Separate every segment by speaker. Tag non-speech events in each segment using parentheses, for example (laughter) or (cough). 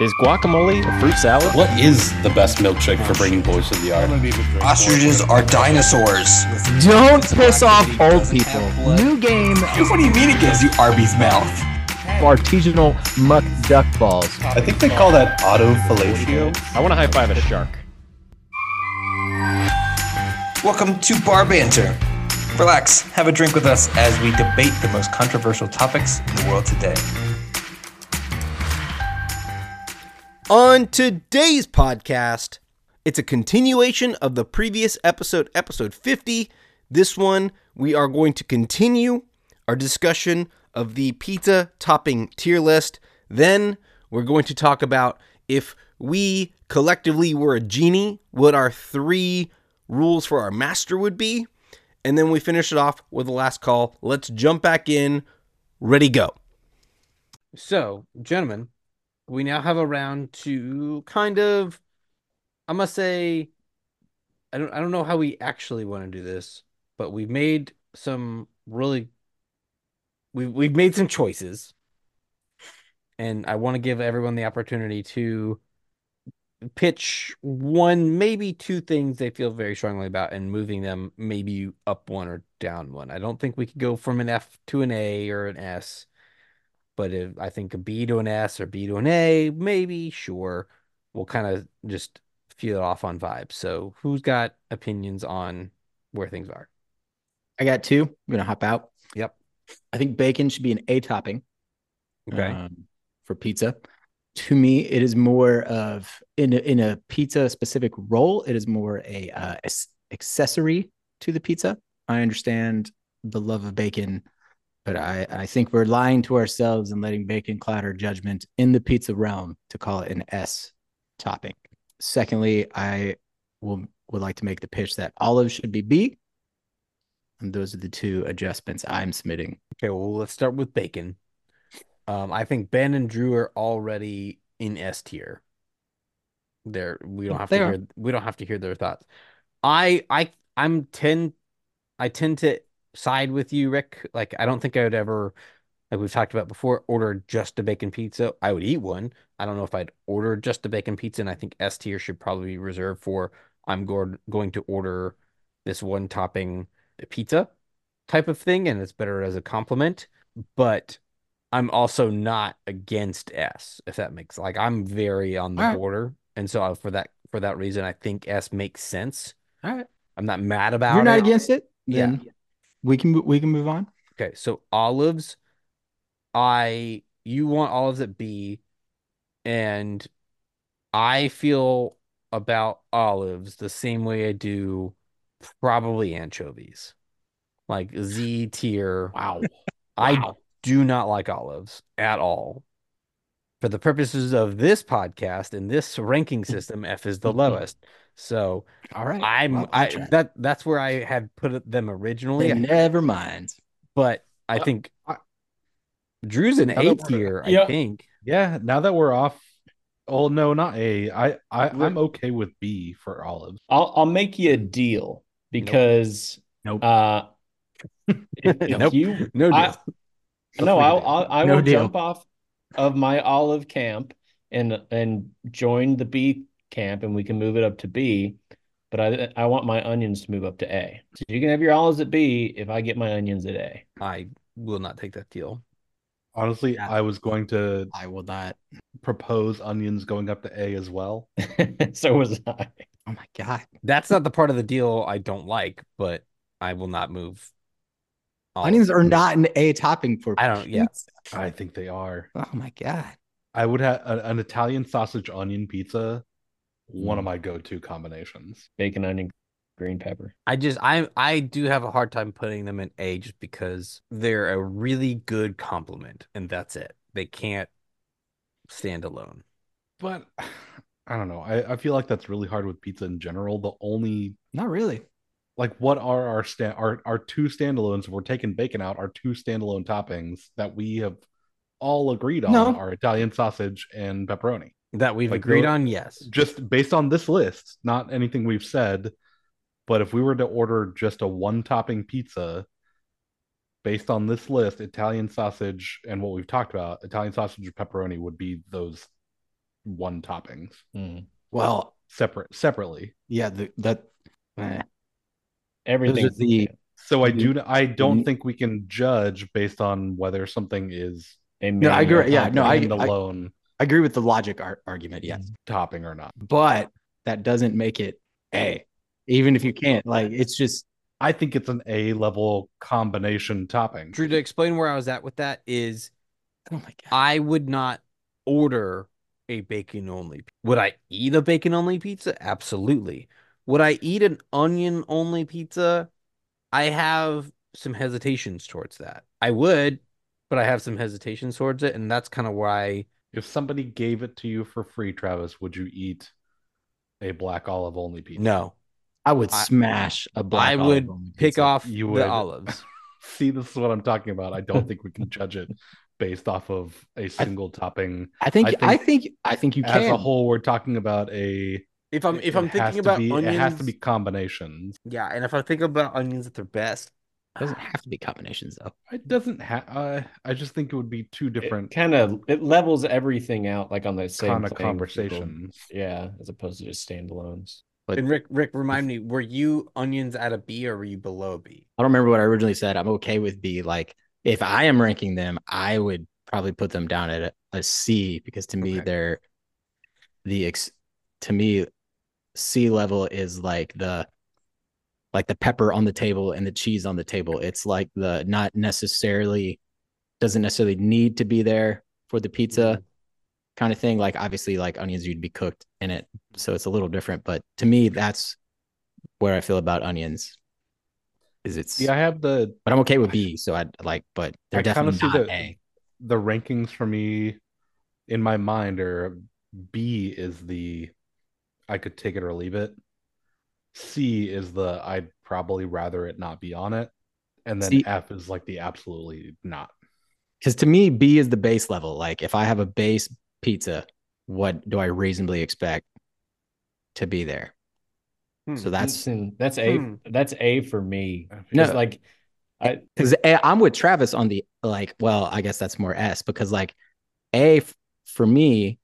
Speaker 1: Is guacamole a fruit salad?
Speaker 2: What is the best milkshake for bringing boys to the yard?
Speaker 3: Ostriches are dinosaurs.
Speaker 4: Don't piss off old people. New game,
Speaker 3: What do you mean it gives you Arby's mouth?
Speaker 4: artisanal muck duck balls.
Speaker 2: I think they call that auto fellatio.
Speaker 1: I want to high five a shark.
Speaker 3: Welcome to Bar Banter. Relax, have a drink with us as we debate the most controversial topics in the world today.
Speaker 5: On today's podcast, it's a continuation of the previous episode, episode 50. This one, we are going to continue our discussion of the pizza topping tier list. Then, we're going to talk about if we collectively were a genie, what our three rules for our master would be. And then we finish it off with the last call. Let's jump back in. Ready, go. So, gentlemen, we now have a round to kind of i must say i don't i don't know how we actually want to do this but we've made some really we've we've made some choices and i want to give everyone the opportunity to pitch one maybe two things they feel very strongly about and moving them maybe up one or down one i don't think we could go from an f to an a or an s but if I think a B to an S or B to an A, maybe sure. We'll kind of just feel it off on vibes. So who's got opinions on where things are?
Speaker 4: I got two. I'm gonna hop out.
Speaker 5: Yep.
Speaker 4: I think bacon should be an A topping.
Speaker 5: Okay.
Speaker 4: um, for pizza. To me, it is more of in a, in a pizza specific role. It is more a uh, ac- accessory to the pizza. I understand the love of bacon, but I I think we're lying to ourselves and letting bacon cloud our judgment in the pizza realm to call it an S topping. Secondly, I will would like to make the pitch that olive should be B. And those are the two adjustments I'm submitting.
Speaker 5: Okay, well, let's start with bacon. Um, I think Ben and Drew are already in S tier. There, we don't have to
Speaker 4: They are.
Speaker 5: hear we don't have to hear their thoughts. I I I'm tend I tend to side with you, Rick. Like I don't think I would ever, like we've talked about before, order just a bacon pizza. I would eat one. I don't know if I'd order just a bacon pizza, and I think S tier should probably be reserved for I'm going going to order this one topping pizza type of thing, and it's better as a compliment. But I'm also not against S, if that makes like I'm very on the
Speaker 4: Alright.
Speaker 5: border, and so I- for that for that reason, I think S makes sense.
Speaker 4: All right.
Speaker 5: I'm not mad
Speaker 4: If
Speaker 5: about
Speaker 4: you're not
Speaker 5: it.
Speaker 4: against it,
Speaker 5: Yeah.
Speaker 4: then we can we can move on.
Speaker 5: Okay, so olives, I you want olives at B, and I feel about olives the same way I do probably anchovies. Like Z tier.
Speaker 4: Wow.
Speaker 5: I do not like olives at all. For the purposes of this podcast and this ranking system, F is the lowest. So
Speaker 4: All Mm-hmm. right.
Speaker 5: I'm
Speaker 4: Well,
Speaker 5: I
Speaker 4: I'll try.
Speaker 5: that that's where I had put them originally.
Speaker 4: Then never mind.
Speaker 5: but I
Speaker 6: Uh,
Speaker 5: think
Speaker 6: I-
Speaker 5: Drew's an
Speaker 6: I don't
Speaker 5: eight
Speaker 6: wanna-
Speaker 5: tier, I
Speaker 6: Yeah.
Speaker 5: think.
Speaker 6: Yeah, now that we're off, oh no, not A. I, I
Speaker 5: We're-
Speaker 6: I'm okay with B for olives.
Speaker 7: I'll I'll make you a deal because
Speaker 4: Nope.
Speaker 7: uh if, if
Speaker 5: Nope.
Speaker 7: you
Speaker 5: No deal.
Speaker 7: I- no
Speaker 5: free
Speaker 7: I'll,
Speaker 5: to.
Speaker 7: I'll I
Speaker 4: No
Speaker 7: will
Speaker 4: deal.
Speaker 7: jump off of my olive camp and and join the B camp and we can move it up to B but I I want my onions to move up to A so you can have your olives at B if I get my onions at A
Speaker 5: I will not take that deal.
Speaker 6: Honestly,
Speaker 4: Yeah.
Speaker 6: I was going to
Speaker 4: I will not.
Speaker 6: propose onions going up to A as well.
Speaker 7: (laughs) so was I
Speaker 4: Oh my god.
Speaker 5: That's not the part of the deal I don't like, but I will not move.
Speaker 4: Onions
Speaker 5: olives.
Speaker 4: are not an A topping for
Speaker 5: Oh. I don't- yeah.
Speaker 4: pizza.
Speaker 6: I think they are.
Speaker 4: Oh my god.
Speaker 6: I would have an, an Italian sausage onion pizza, one
Speaker 5: Mm.
Speaker 6: of my go-to combinations.
Speaker 7: bacon onion green pepper
Speaker 5: I just I I do have a hard time putting them in A just because they're a really good compliment and that's it. They can't stand alone. (sighs)
Speaker 6: But I don't know. I, I feel like that's really hard with pizza in general. The only
Speaker 4: Not really.
Speaker 6: like what are our stand our, our two standalones if we're taking bacon out our two standalone toppings that we have all agreed on
Speaker 4: No.
Speaker 6: are italian sausage and pepperoni
Speaker 5: That we've
Speaker 6: Like
Speaker 5: agreed
Speaker 6: the-
Speaker 5: on, yes.
Speaker 6: just based on this list not anything we've said but if we were to order just a one topping pizza based on this list italian sausage and what we've talked about italian sausage or pepperoni would be those one toppings
Speaker 7: Mm.
Speaker 4: Well,
Speaker 6: separate separately.
Speaker 4: yeah, the, that eh.
Speaker 7: Everything.
Speaker 4: the-
Speaker 6: So I
Speaker 4: Mhm.
Speaker 6: do. I don't
Speaker 4: Mhm.
Speaker 6: think we can judge based on whether something is
Speaker 7: a
Speaker 4: No, I
Speaker 7: manual
Speaker 4: agree. Yeah, no, I-
Speaker 7: topping.
Speaker 6: the lone
Speaker 4: I agree with the logic ar- argument. Yes,
Speaker 6: topping or not.
Speaker 4: but that doesn't make it a. Even if you can't, like, it's just
Speaker 6: I think it's an A level combination topping.
Speaker 5: Drew, to explain where I was at with that is
Speaker 4: oh my god.
Speaker 5: I would not order a bacon only. p- Would I eat a bacon only pizza? Absolutely. Would I eat an onion only pizza? I have some hesitations towards that. I would, but I have some hesitations towards it, and that's kind of why
Speaker 6: If somebody gave it to you for free, Travis, would you eat a black olive only pizza?
Speaker 5: no.
Speaker 4: I would
Speaker 5: I-
Speaker 4: smash a black.
Speaker 5: I
Speaker 4: olive
Speaker 5: would
Speaker 4: on the
Speaker 5: Pick
Speaker 4: pizza.
Speaker 5: off
Speaker 6: you
Speaker 5: the
Speaker 6: would. (laughs)
Speaker 5: olives.
Speaker 6: See, this is what I'm talking about. I don't think we can judge it based off of a single topping.
Speaker 4: I think,
Speaker 6: I
Speaker 4: I
Speaker 6: think-
Speaker 4: think. I think. you
Speaker 6: As
Speaker 4: can.
Speaker 6: a whole, we're talking about a.
Speaker 5: If I'm if
Speaker 6: it
Speaker 5: I'm
Speaker 6: has
Speaker 5: thinking
Speaker 6: to
Speaker 5: about
Speaker 6: be-
Speaker 5: onions,
Speaker 6: it has to be combinations.
Speaker 5: yeah, and if I think about onions at their best,
Speaker 4: doesn't have to be combinations though.
Speaker 6: It doesn't have. Uh, I just think it would be two different
Speaker 7: It kind of it levels everything out like on the same
Speaker 6: kind of
Speaker 7: playing field.
Speaker 6: conversations.
Speaker 7: Yeah, as opposed to just standalones.
Speaker 4: But-
Speaker 5: and Rick, Rick, remind me, were you onions at a B or were you below a B?
Speaker 4: I don't remember what I originally said. I'm okay with B. Like if I am ranking them, I would probably put them down at a, a C because to me
Speaker 5: Okay.
Speaker 4: they're the ex to me C level is like the like the pepper on the table and the cheese on the table. It's like the not necessarily doesn't necessarily need to be there for the pizza kind of thing. Like obviously like onions you'd be cooked in it. So it's a little different. But to me that's where I feel about onions. Is it's
Speaker 6: See, I have the
Speaker 4: but I'm okay with B. So I'd like, but they're
Speaker 6: I kinda
Speaker 4: definitely
Speaker 6: see
Speaker 4: not
Speaker 6: the-
Speaker 4: A.
Speaker 6: the rankings for me in my mind are B is the I could take it or leave it. C is the I'd probably rather it not be on it. And then
Speaker 4: See-
Speaker 6: F is like the absolutely not.
Speaker 4: Because to me, B is the base level. Like if I have a base pizza, what do I reasonably expect to be there?
Speaker 5: Hmm.
Speaker 4: So that's
Speaker 7: Listen, that's a
Speaker 5: Hmm.
Speaker 7: that's a for me.
Speaker 4: No.
Speaker 7: Just like I
Speaker 4: because I'm with Travis on the like. Well, I guess that's more S because like A f- for me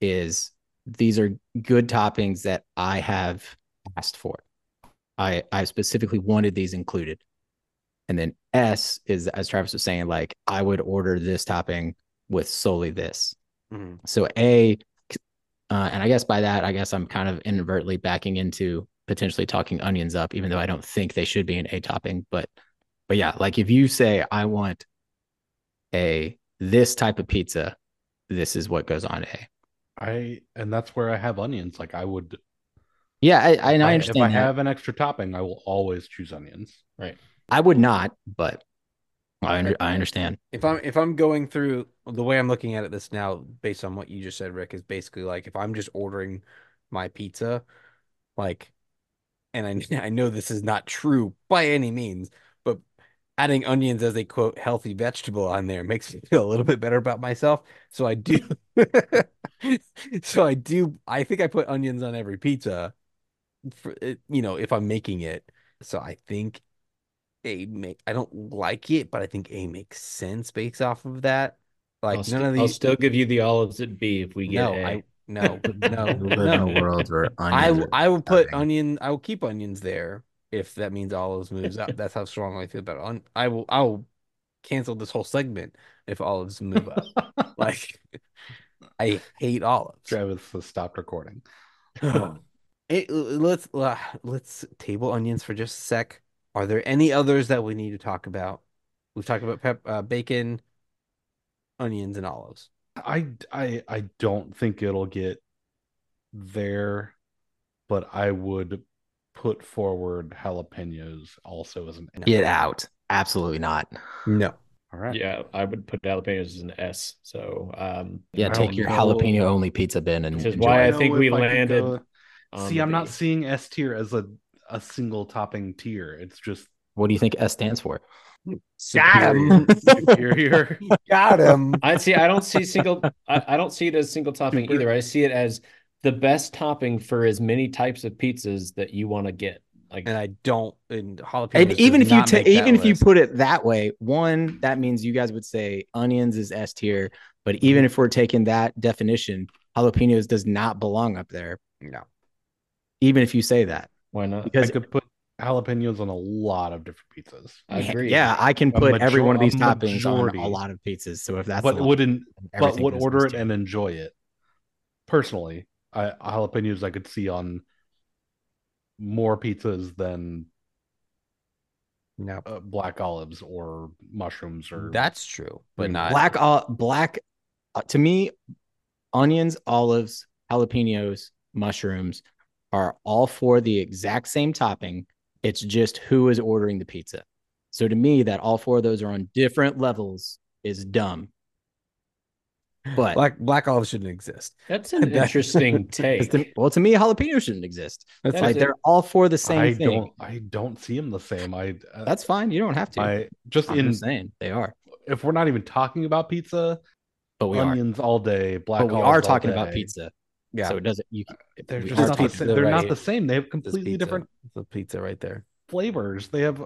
Speaker 4: is these are good toppings that I have asked for. I I specifically wanted these included, and then S is as Travis was saying like I would order this topping with solely this.
Speaker 5: Mhm.
Speaker 4: So A, uh, and I guess by that I guess I'm kind of inadvertently backing into potentially talking onions up, even though I don't think they should be an A topping, but but yeah, like if you say I want a this type of pizza, this is what goes on A.
Speaker 6: I and that's where I have onions. Like I would
Speaker 4: Yeah, I, I, and I
Speaker 6: If I
Speaker 4: understand that.
Speaker 6: have an extra topping, I will always choose onions.
Speaker 4: I would not, but I under, I understand.
Speaker 5: If I'm if I'm going through the way I'm looking at it this now, based on what you just said, Rick, is basically like if I'm just ordering my pizza, like, and I (laughs) I know this is not true by any means, but adding onions as a quote healthy vegetable on there makes me (laughs) feel a little bit better about myself. So I do, (laughs) so I do. I think I put onions on every pizza, for, it- you know, if I'm making it. So I think a make I don't like it, but I think A makes sense based off of that. Like
Speaker 7: I'll,
Speaker 5: none
Speaker 7: st-
Speaker 5: of
Speaker 7: I'll
Speaker 5: these.
Speaker 7: still eh? give you the olives at B if we get
Speaker 5: no,
Speaker 7: A.
Speaker 5: I
Speaker 7: (laughs)
Speaker 5: no no
Speaker 7: We live
Speaker 5: no.
Speaker 4: world (laughs) where
Speaker 5: I w- I will put
Speaker 4: nothing.
Speaker 5: onion. I will keep onions there if that means olives
Speaker 4: (laughs)
Speaker 5: moves up. That's how strong I feel about it. On, I will I will cancel this whole segment if olives move up.
Speaker 4: (laughs)
Speaker 5: like I hate olives. (laughs)
Speaker 6: Travis has stopped recording.
Speaker 5: It- let's uh, let's table onions for just a sec. Are there any others that we need to talk about? We've talked about pep, uh, bacon, onions, and olives.
Speaker 6: I I I don't think it'll get there, but I would put forward jalapenos also as an A.
Speaker 4: Get out. Absolutely not.
Speaker 5: No.
Speaker 6: All right.
Speaker 7: yeah, I would put jalapenos as an S. So um
Speaker 4: Yeah,
Speaker 6: I
Speaker 4: take
Speaker 6: don't
Speaker 4: your
Speaker 6: know.
Speaker 4: jalapeno only pizza bin and
Speaker 7: Which is
Speaker 4: enjoy
Speaker 7: why I
Speaker 4: it.
Speaker 6: know
Speaker 7: think we
Speaker 6: if could
Speaker 7: landed on
Speaker 6: See,
Speaker 7: the
Speaker 6: I'm not
Speaker 7: B.
Speaker 6: seeing S tier as a a single topping tier.
Speaker 7: (laughs)
Speaker 6: It's just
Speaker 4: what do you think S stands for?
Speaker 5: Got
Speaker 6: superior. (laughs)
Speaker 5: Got him.
Speaker 7: (laughs) I see. I don't see single. I, I don't see it as single topping
Speaker 6: Super.
Speaker 7: either. I see it as the best topping for as many types of pizzas that you want to get. Like
Speaker 5: (laughs) And I don't. And jalapenos.
Speaker 4: And
Speaker 5: does
Speaker 4: even if you
Speaker 5: not
Speaker 4: ta-
Speaker 5: make that
Speaker 4: even if you
Speaker 5: list.
Speaker 4: put it that way, one
Speaker 6: Mm-hmm.
Speaker 4: that means you guys would say onions is S tier. But even if we're taking that definition, jalapenos does not belong up there,
Speaker 5: No.
Speaker 4: even if you say that.
Speaker 7: Why not?
Speaker 6: I
Speaker 4: Because
Speaker 6: could put jalapenos on a lot of different pizzas.
Speaker 7: I agree.
Speaker 4: yeah, I can
Speaker 6: A
Speaker 4: put every
Speaker 6: major-
Speaker 4: one of these
Speaker 6: a
Speaker 4: toppings on
Speaker 6: majority.
Speaker 4: a lot of pizzas. So if that's
Speaker 6: but
Speaker 4: a lot,
Speaker 6: wouldn't but
Speaker 4: everything
Speaker 6: would
Speaker 4: goes
Speaker 6: order
Speaker 4: goes
Speaker 6: it
Speaker 4: to-
Speaker 6: and enjoy it. Personally, I jalapenos I could see on more pizzas than
Speaker 5: No.
Speaker 6: uh, black olives or mushrooms or
Speaker 5: That's true, but
Speaker 6: Mm.
Speaker 5: not
Speaker 4: black ol- black uh, to me onions olives jalapenos mushrooms are all for the exact same topping it's just who is ordering the pizza so to me that all four of those are on different levels is dumb but
Speaker 5: black black olive shouldn't exist. (laughs)
Speaker 7: That's an
Speaker 5: That-
Speaker 7: interesting
Speaker 4: it's
Speaker 7: take.
Speaker 4: to- well to me jalapenos shouldn't exist
Speaker 5: That's
Speaker 7: That
Speaker 4: like
Speaker 7: is
Speaker 4: they're all for the same
Speaker 6: I
Speaker 4: thing
Speaker 6: don't I don't see them the same. I uh,
Speaker 4: that's fine you don't have to
Speaker 6: I just
Speaker 4: i'm
Speaker 6: in
Speaker 4: just saying they are
Speaker 6: if we're not even talking about pizza,
Speaker 4: but we are
Speaker 6: onions all day, black
Speaker 4: but we
Speaker 6: olives all
Speaker 4: are talking about
Speaker 6: day.
Speaker 4: pizza
Speaker 5: Yeah.
Speaker 4: so it doesn't you
Speaker 6: They're
Speaker 4: we
Speaker 6: just
Speaker 4: are
Speaker 6: not the
Speaker 4: talking-
Speaker 6: same. They're not
Speaker 5: right.
Speaker 6: the same. They have
Speaker 5: This
Speaker 6: completely
Speaker 5: pizza-
Speaker 6: different
Speaker 5: the pizza right there.
Speaker 6: flavors. They have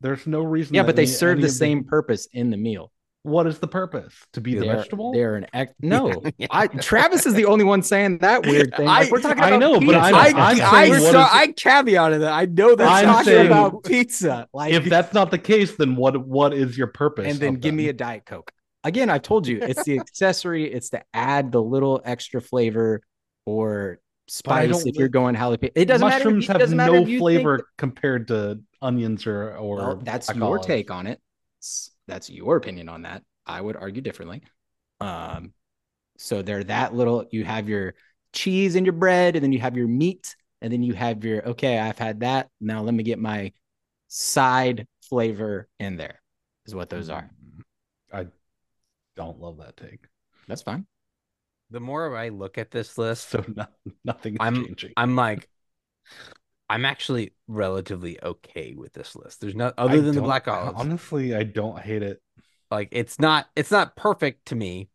Speaker 6: there's no reason
Speaker 4: yeah
Speaker 6: that
Speaker 4: but they
Speaker 6: any-
Speaker 4: serve
Speaker 6: any
Speaker 4: the
Speaker 6: of
Speaker 4: same purpose in the meal
Speaker 6: what is the purpose? To be the
Speaker 4: They're-
Speaker 6: vegetable?
Speaker 4: They're an (laughs) act. No, I Travis is the only one saying that (laughs) weird thing.
Speaker 5: I-
Speaker 4: Like, we're talking
Speaker 6: I
Speaker 4: about
Speaker 6: know, but
Speaker 4: pizza.
Speaker 6: I'm-
Speaker 5: I,
Speaker 6: I'm
Speaker 5: I,
Speaker 6: saying what
Speaker 5: saw-
Speaker 6: is-
Speaker 5: I caveated that. I know that's
Speaker 6: I'm
Speaker 5: talking
Speaker 6: saying-
Speaker 5: about
Speaker 4: (laughs) pizza. Like,
Speaker 6: if that's not the case, then what what is your purpose?
Speaker 4: and then
Speaker 6: of
Speaker 4: give me a
Speaker 6: them?
Speaker 4: diet coke. Again, I've told you it's the accessory. It's to add the little extra flavor or spice
Speaker 6: don't
Speaker 4: if you're going
Speaker 6: li-
Speaker 4: jalapeno. It doesn't matter.
Speaker 6: mushrooms
Speaker 4: if you- it doesn't
Speaker 6: have
Speaker 4: matter
Speaker 6: no
Speaker 4: if you
Speaker 6: flavor
Speaker 4: Think,
Speaker 6: compared to onions or or
Speaker 4: well, that's
Speaker 6: black
Speaker 4: your
Speaker 6: olives.
Speaker 4: take on it. S- That's your opinion on that. I would argue differently. Um, so they're that little. You have your cheese and your bread, and then you have your meat, and then you have your okay. I've had that. Now let me get my side flavor in there. Is what those are.
Speaker 6: Mm-hmm. I don't love that take.
Speaker 4: That's fine.
Speaker 5: The more I look at this list,
Speaker 6: So (laughs) no, nothing's
Speaker 5: I'm-
Speaker 6: changing.
Speaker 5: I'm like, I'm actually relatively okay with this list. There's not
Speaker 6: I
Speaker 5: other than the
Speaker 6: don't-
Speaker 5: black olives.
Speaker 6: Honestly, I don't hate it.
Speaker 5: like it's not it's not perfect to me,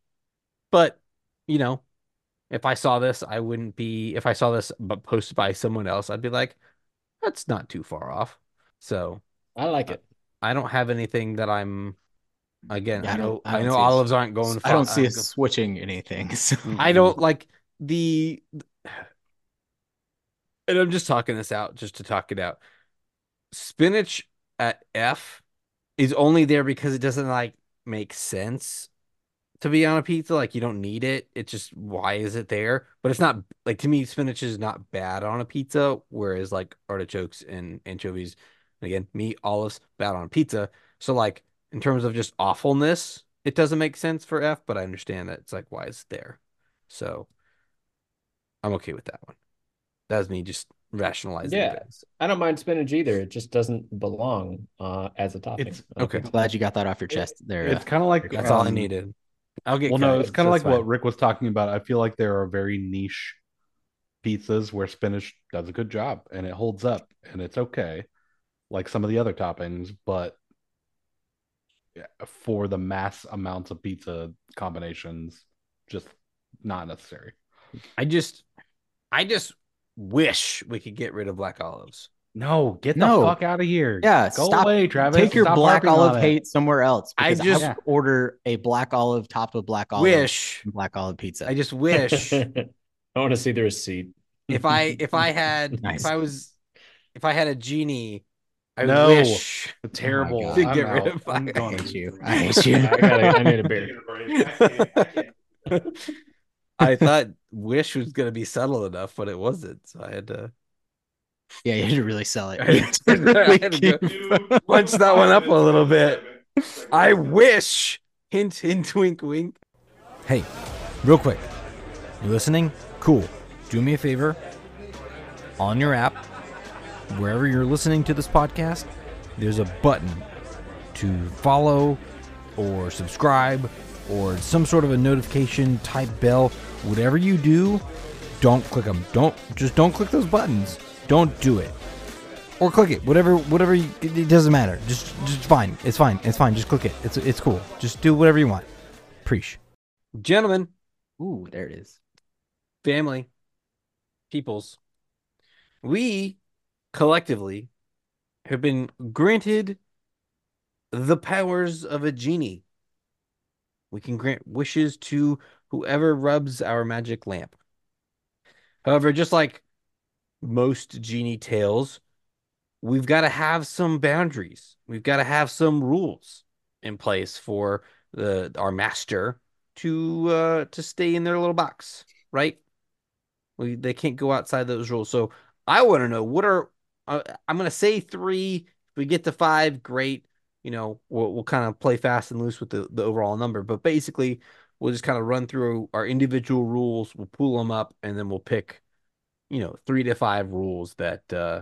Speaker 5: but you know, if I saw this, I wouldn't be. If I saw this but posted by someone else, I'd be like, that's not too far off. So
Speaker 7: I like it.
Speaker 5: I don't have anything that I'm. Again,
Speaker 4: Yeah, I
Speaker 5: I
Speaker 4: don't-
Speaker 5: know
Speaker 4: I
Speaker 5: I,
Speaker 4: don't
Speaker 5: know
Speaker 4: see it.
Speaker 5: olives aren't going.
Speaker 4: I don't
Speaker 6: uh,
Speaker 4: see
Speaker 5: a.
Speaker 4: us switching anything. (laughs) So.
Speaker 5: I don't like the and I'm just talking this out just to talk it out. Spinach at F is only there because it doesn't like make sense to be on a pizza. Like you don't need it. It's just why is it there? But it's not like to me, spinach is not bad on a pizza, whereas like artichokes and anchovies, and again, meat, olives, bad on a pizza. So like in terms of just awfulness, it doesn't make sense for F, but I understand that it's like why is it there? So I'm okay with that one. That was me just rationalizing.
Speaker 7: Yeah.
Speaker 5: it as-
Speaker 7: I don't mind spinach either. It just doesn't belong uh, as a topping.
Speaker 6: It's-
Speaker 7: I don't
Speaker 5: okay.
Speaker 7: think-
Speaker 4: Glad you got that off your chest. There, uh,
Speaker 6: It's kind of like
Speaker 5: That's all I
Speaker 6: um,
Speaker 5: needed. I'll get.
Speaker 6: Well, no,
Speaker 5: cut.
Speaker 6: it's kind of like
Speaker 5: That's
Speaker 6: what
Speaker 5: fine.
Speaker 6: Rick was talking about. I feel like there are very niche pizzas where spinach does a good job and it holds up and it's okay, like some of the other toppings, but yeah, for the mass amounts of pizza combinations, just not necessary.
Speaker 5: I just, I just wish we could get rid of black olives.
Speaker 6: No, get the
Speaker 4: No.
Speaker 6: fuck out of here.
Speaker 4: yeah.
Speaker 6: Go
Speaker 4: stop
Speaker 6: away, Travis.
Speaker 4: Take your
Speaker 6: Stop
Speaker 4: black
Speaker 6: harping on
Speaker 4: olive
Speaker 6: it.
Speaker 4: hate somewhere else.
Speaker 5: I
Speaker 4: because I
Speaker 5: just-
Speaker 4: would order a black olive top of black olive
Speaker 5: Wish.
Speaker 4: and black olive pizza.
Speaker 5: I just
Speaker 7: (laughs)
Speaker 5: wish
Speaker 7: I want to see
Speaker 5: (laughs)
Speaker 7: the receipt.
Speaker 5: if I if I had if
Speaker 4: Nice.
Speaker 5: I was if I had a genie, I
Speaker 6: No.
Speaker 5: wish.
Speaker 4: God.
Speaker 6: Terrible.
Speaker 5: To
Speaker 6: Oh I'm
Speaker 5: get rid
Speaker 6: out.
Speaker 5: of
Speaker 6: I'm
Speaker 5: black-
Speaker 4: (laughs)
Speaker 6: gone.
Speaker 4: I hate (laughs) you. I hate you.
Speaker 7: I, gotta, I need a beer.
Speaker 5: (laughs) I thought wish was gonna be subtle enough, but it wasn't. So I had to
Speaker 4: (laughs)
Speaker 5: (laughs)
Speaker 4: yeah, you had to really sell it. (laughs)
Speaker 5: I had to- I had to go (laughs) punch that one up a little bit. I wish. Hint, hint, wink, wink.
Speaker 8: Hey, real quick. You listening? Cool. Do me a favor. On your app, wherever you're listening to this podcast, there's a button to follow or subscribe or some sort of a notification type bell. Whatever you do, don't click them. Don't just don't click those buttons. Don't do it. Or click it. Whatever whatever you, it it doesn't matter. Just just fine. It's fine. It's fine. Just click it. It's it's cool. Just do whatever you want. Preach.
Speaker 5: Gentlemen,
Speaker 4: Ooh, there it is.
Speaker 5: family, peoples, we collectively have been granted the powers of a genie. We can grant wishes to whoever rubs our magic lamp. However, just like most genie tales, we've got to have some boundaries. We've got to have some rules in place for the our master to uh to stay in their little box, right? We, they can't go outside those rules. So I want to know what are uh, I'm going to say 3, if we get to 5, great. You know, we'll, we'll kind of play fast and loose with the the overall number, but basically we'll just kind of run through our individual rules, we'll pull them up and then we'll pick you know, 3 to 5 rules that uh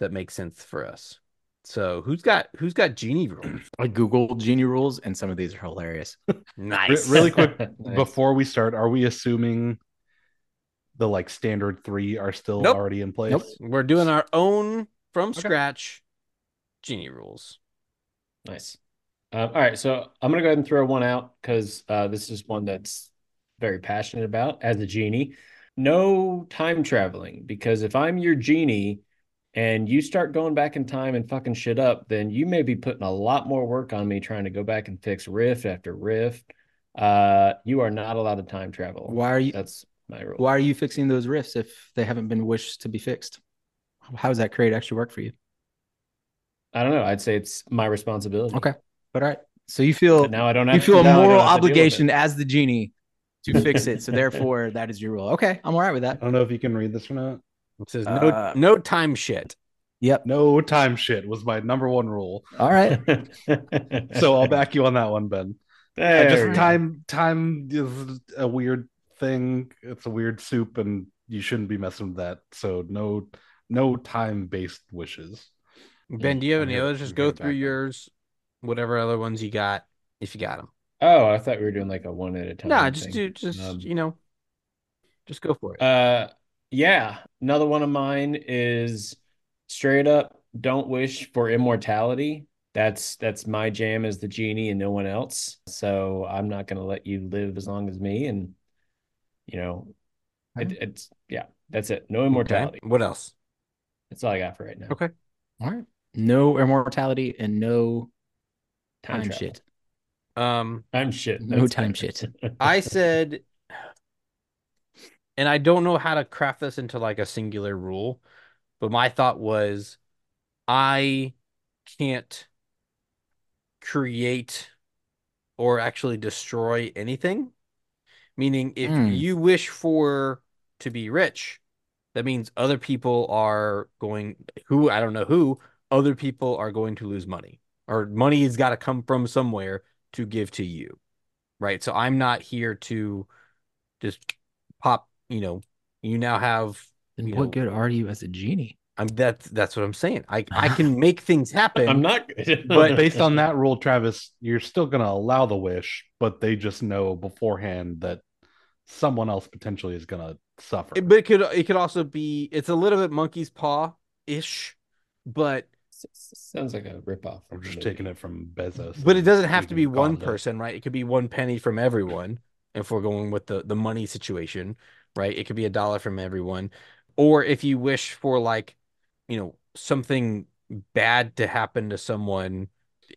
Speaker 5: that make sense for us. So who's got who's got genie rules?
Speaker 4: I googled genie rules, and some of these are hilarious.
Speaker 6: Re-
Speaker 5: nice.
Speaker 6: really quick
Speaker 7: Nice.
Speaker 6: before we start, are we assuming the like standard three are still
Speaker 5: Nope.
Speaker 6: already in place?
Speaker 4: Nope.
Speaker 5: We're doing our own from
Speaker 6: Okay.
Speaker 5: scratch genie rules.
Speaker 7: Nice. Um, all right, so I'm gonna go ahead and throw one out because uh, this is one that's very passionate about as a genie. No time traveling because if I'm your genie and you start going back in time and fucking shit up, then you may be putting a lot more work on me trying to go back and fix rift after rift. Uh, you are not allowed to time travel.
Speaker 4: Why are you
Speaker 7: That's my rule.
Speaker 4: why are you fixing those rifts if they haven't been wished to be fixed? How does that create extra work for you?
Speaker 7: I don't know. I'd say it's my responsibility.
Speaker 4: Okay. But all right. So you feel
Speaker 7: But now I don't
Speaker 4: you
Speaker 7: have
Speaker 4: feel a
Speaker 7: now I don't
Speaker 4: moral
Speaker 7: have to deal with
Speaker 4: obligation
Speaker 7: it.
Speaker 4: as the genie to fix it. So
Speaker 7: (laughs)
Speaker 4: therefore that is your rule. Okay. I'm all right with
Speaker 6: I
Speaker 4: that.
Speaker 6: don't know if you can read this or not.
Speaker 5: It says no
Speaker 4: Uh,
Speaker 5: no time shit.
Speaker 4: Yep.
Speaker 6: No time shit was my number one rule.
Speaker 4: All
Speaker 7: (laughs)
Speaker 4: right.
Speaker 6: So I'll back you on that one, Ben. I
Speaker 7: There we
Speaker 6: just
Speaker 7: go.
Speaker 6: time time is a weird thing. It's a weird soup, and you shouldn't be messing with that. So no no time based wishes.
Speaker 5: Ben, do you have
Speaker 6: I'm
Speaker 5: any
Speaker 6: here-
Speaker 5: others? Just
Speaker 6: I'm
Speaker 5: go
Speaker 6: here to
Speaker 5: through
Speaker 6: back up.
Speaker 5: yours, whatever other ones you got, if you got them.
Speaker 7: Oh, I thought we were doing like a one at a time.
Speaker 5: Nah, just
Speaker 7: thing.
Speaker 5: do just
Speaker 7: Um,
Speaker 5: you know, just go for it.
Speaker 7: Uh, yeah. Another one of mine is straight up don't wish for immortality. That's that's my jam as the genie and no one else. So I'm not gonna let you live as long as me. And you know, it,
Speaker 5: Okay.
Speaker 7: it's yeah, that's it. No
Speaker 5: Okay.
Speaker 7: immortality.
Speaker 5: What else?
Speaker 7: That's all I got for right now.
Speaker 5: Okay.
Speaker 4: All right. No immortality and no
Speaker 7: Time
Speaker 4: time
Speaker 7: travel.
Speaker 4: shit.
Speaker 5: Um,
Speaker 7: Time shit.
Speaker 4: No
Speaker 7: That's
Speaker 4: time
Speaker 7: better.
Speaker 4: shit.
Speaker 7: (laughs)
Speaker 5: I
Speaker 6: (laughs)
Speaker 5: said, and I don't know how to craft this into like a singular rule, but my thought was, I can't create or actually destroy anything. Meaning, if
Speaker 4: Hmm.
Speaker 5: you wish for to be rich, that means other people are going who I don't know who other people are going to lose money or money has got to come from somewhere to give to you. Right? So I'm not here to just pop, you know, you now have
Speaker 4: Then
Speaker 5: You
Speaker 4: what
Speaker 5: know-
Speaker 4: good are you as a genie?
Speaker 5: I'm that's that's what I'm saying. I I can make things happen.
Speaker 7: I'm not
Speaker 6: But based on that rule, Travis, you're still gonna allow the wish, but they just know beforehand that someone else potentially is gonna suffer.
Speaker 5: It- but it could it could also be it's a little bit monkey's paw ish, but
Speaker 7: sounds like a ripoff.
Speaker 6: I'm
Speaker 7: of a
Speaker 6: just
Speaker 7: movie.
Speaker 6: taking it from Bezos.
Speaker 5: but it
Speaker 6: and
Speaker 5: doesn't have to
Speaker 6: Stephen
Speaker 5: be one
Speaker 6: Condon.
Speaker 5: person, right? It could be one penny from everyone if we're going with the the money situation, right? It could be a dollar from everyone, or if you wish for like, you know, something bad to happen to someone,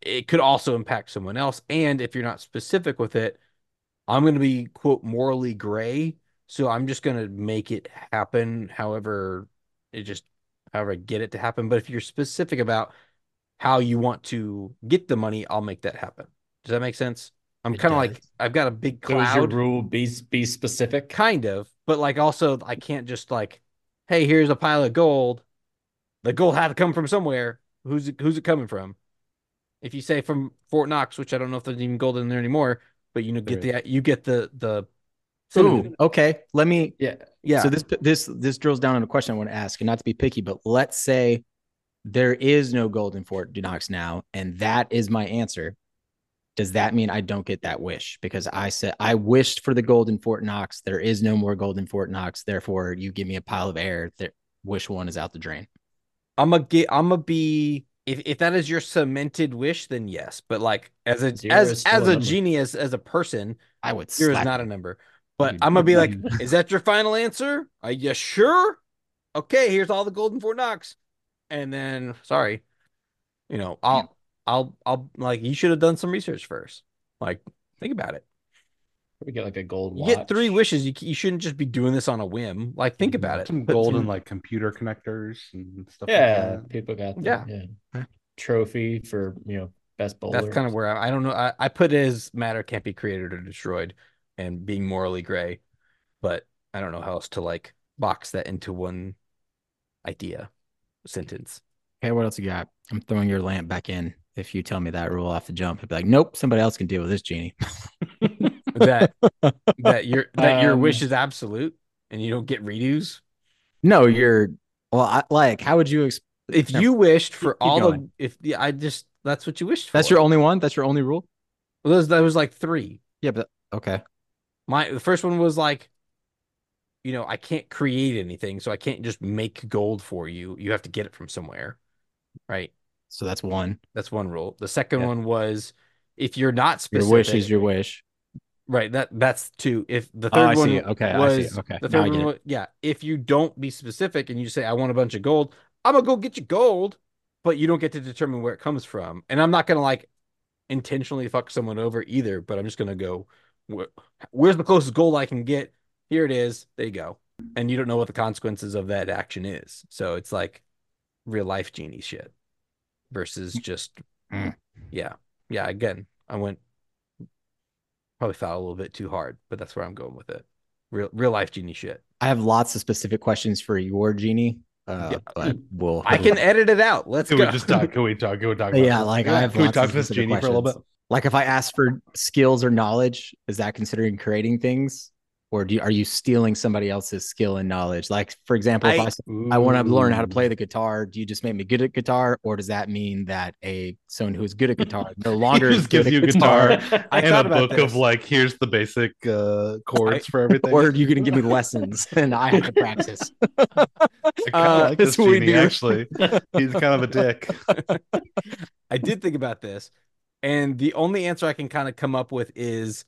Speaker 5: it could also impact someone else. And if you're not specific with it, I'm going to be quote morally gray, so I'm just going to make it happen however it just however I get it to happen. But if you're specific about how you want to get the money, I'll make that happen. Does that make sense? I'm
Speaker 4: It
Speaker 5: kind of
Speaker 4: does.
Speaker 5: like I've got a big
Speaker 7: So is your
Speaker 5: cloud,
Speaker 7: rule be be specific?
Speaker 5: kind of, but like also I can't just like, hey, here's a pile of gold. The gold had to come from somewhere. Who's it, who's it coming from? If you say from Fort Knox, which I don't know if there's even gold in there anymore, but you know get
Speaker 6: There
Speaker 5: the you get the the
Speaker 4: Ooh,
Speaker 5: cinnamon.
Speaker 4: okay. Let me
Speaker 7: Yeah.
Speaker 5: yeah.
Speaker 4: So this this this drills down on a question I want to ask, and not to be picky, but let's say there is no gold in Fort Knox now, and that is my answer. Does that mean I don't get that wish? Because I said I wished for the gold in Fort Knox. There is no more gold in Fort Knox. Therefore, you give me a pile of air. That wish one is out the drain.
Speaker 5: I'm a get. I'm a be. If if that is your cemented wish, then yes. But like as a
Speaker 7: Zero is
Speaker 5: as
Speaker 7: still a
Speaker 5: as a
Speaker 7: number.
Speaker 5: genie as as a person,
Speaker 4: I would.
Speaker 5: zero is
Speaker 4: slap
Speaker 5: not a
Speaker 4: you.
Speaker 5: number. But
Speaker 4: Dude.
Speaker 5: I'm gonna be
Speaker 6: (laughs)
Speaker 5: like, is that your final answer? Are you sure? Okay, here's all the golden Fort Knox, and then sorry, you know, I'll I'll I'll like you should have done some research first. Like think about it.
Speaker 7: We get like a gold
Speaker 5: You
Speaker 7: watch.
Speaker 5: get three wishes. You, c- you shouldn't just be doing this on a whim. Like, think about it.
Speaker 6: Mm-hmm. Some
Speaker 5: Put
Speaker 6: golden
Speaker 5: some-
Speaker 6: like computer connectors and stuff.
Speaker 7: Yeah,
Speaker 6: Like that.
Speaker 7: people got
Speaker 5: Yeah.
Speaker 7: that. Yeah. Trophy for you know best bowler.
Speaker 5: That's kind of where I, I don't know. I, I put it as matter can't be created or destroyed, and being morally gray, but I don't know how else to like box that into one idea sentence.
Speaker 4: Okay, what else you got? I'm throwing your lamp back in. If you tell me that rule off the jump, I'd be like, nope, somebody else can deal with this genie. (laughs)
Speaker 5: That that your that your
Speaker 7: Um,
Speaker 5: wish is absolute, and you don't get redos.
Speaker 4: No, you're well, I, like, how would you? Exp-
Speaker 5: If
Speaker 4: No.
Speaker 5: you wished for
Speaker 4: keep
Speaker 5: all the
Speaker 4: going.
Speaker 5: if the I just that's what you wished for.
Speaker 4: that's your only one. That's your only rule.
Speaker 5: Well, those that was like three.
Speaker 4: Yeah, but okay.
Speaker 5: My the first one was like, you know, I can't create anything, so I can't just make gold for you. You have to get it from somewhere, right?
Speaker 4: So that's one.
Speaker 5: That's one rule. The second
Speaker 4: Yeah.
Speaker 5: one was if you're not specific,
Speaker 4: Your wish is your wish.
Speaker 5: right. That that's two. If the
Speaker 4: Oh, I
Speaker 5: third one
Speaker 4: see. Okay, I see.
Speaker 5: was
Speaker 4: Okay,
Speaker 5: the
Speaker 4: now I
Speaker 5: third
Speaker 4: get
Speaker 5: one,
Speaker 4: it.
Speaker 5: wa- yeah. If you don't be specific and you say I want a bunch of gold, I'm gonna go get you gold, but you don't get to determine where it comes from. And I'm not gonna like intentionally fuck someone over either. But I'm just gonna go, "Where- where's the closest gold I can get? Here it is. There you go. And you don't know what the consequences of that action is. So it's like real life genie shit versus just
Speaker 4: Mm.
Speaker 5: yeah yeah again i went probably foul a little bit too hard but that's where i'm going with it real real life genie
Speaker 6: (laughs)
Speaker 5: shit
Speaker 4: I have lots of specific questions for your genie, uh,
Speaker 5: Yeah.
Speaker 4: but we'll.
Speaker 5: i can edit it out let's
Speaker 6: Can
Speaker 5: go
Speaker 6: we just talk? Can we talk? Can we talk? About
Speaker 4: Yeah,
Speaker 6: this?
Speaker 4: like I have
Speaker 6: Can we
Speaker 4: lots of
Speaker 6: talk to this
Speaker 4: specific
Speaker 6: genie for a little bit?
Speaker 4: questions. Like if I ask for skills or knowledge, is that considering creating things, or do you, are you stealing somebody else's skill and knowledge? Like for example, if
Speaker 5: I-
Speaker 4: I, s- I want to learn how to play the guitar, do you just make me good at guitar, or does that mean that a someone who is good at guitar no (laughs) longer is
Speaker 6: just
Speaker 4: good
Speaker 6: gives
Speaker 4: at
Speaker 6: you
Speaker 4: guitar?
Speaker 6: guitar.
Speaker 5: (laughs) I
Speaker 6: and
Speaker 5: thought
Speaker 6: a
Speaker 5: about
Speaker 6: book
Speaker 5: this.
Speaker 6: of like here's the basic uh chords for
Speaker 4: (laughs) (laughs)
Speaker 6: everything.
Speaker 4: Or are you going to give me lessons (laughs) and I have to practice?
Speaker 6: I kind of
Speaker 5: uh,
Speaker 6: like this
Speaker 4: that's what we
Speaker 6: genie
Speaker 4: do.
Speaker 6: actually. He's kind of
Speaker 4: (laughs)
Speaker 6: a dick.
Speaker 5: i did think about this and the only answer i can kind of come up with is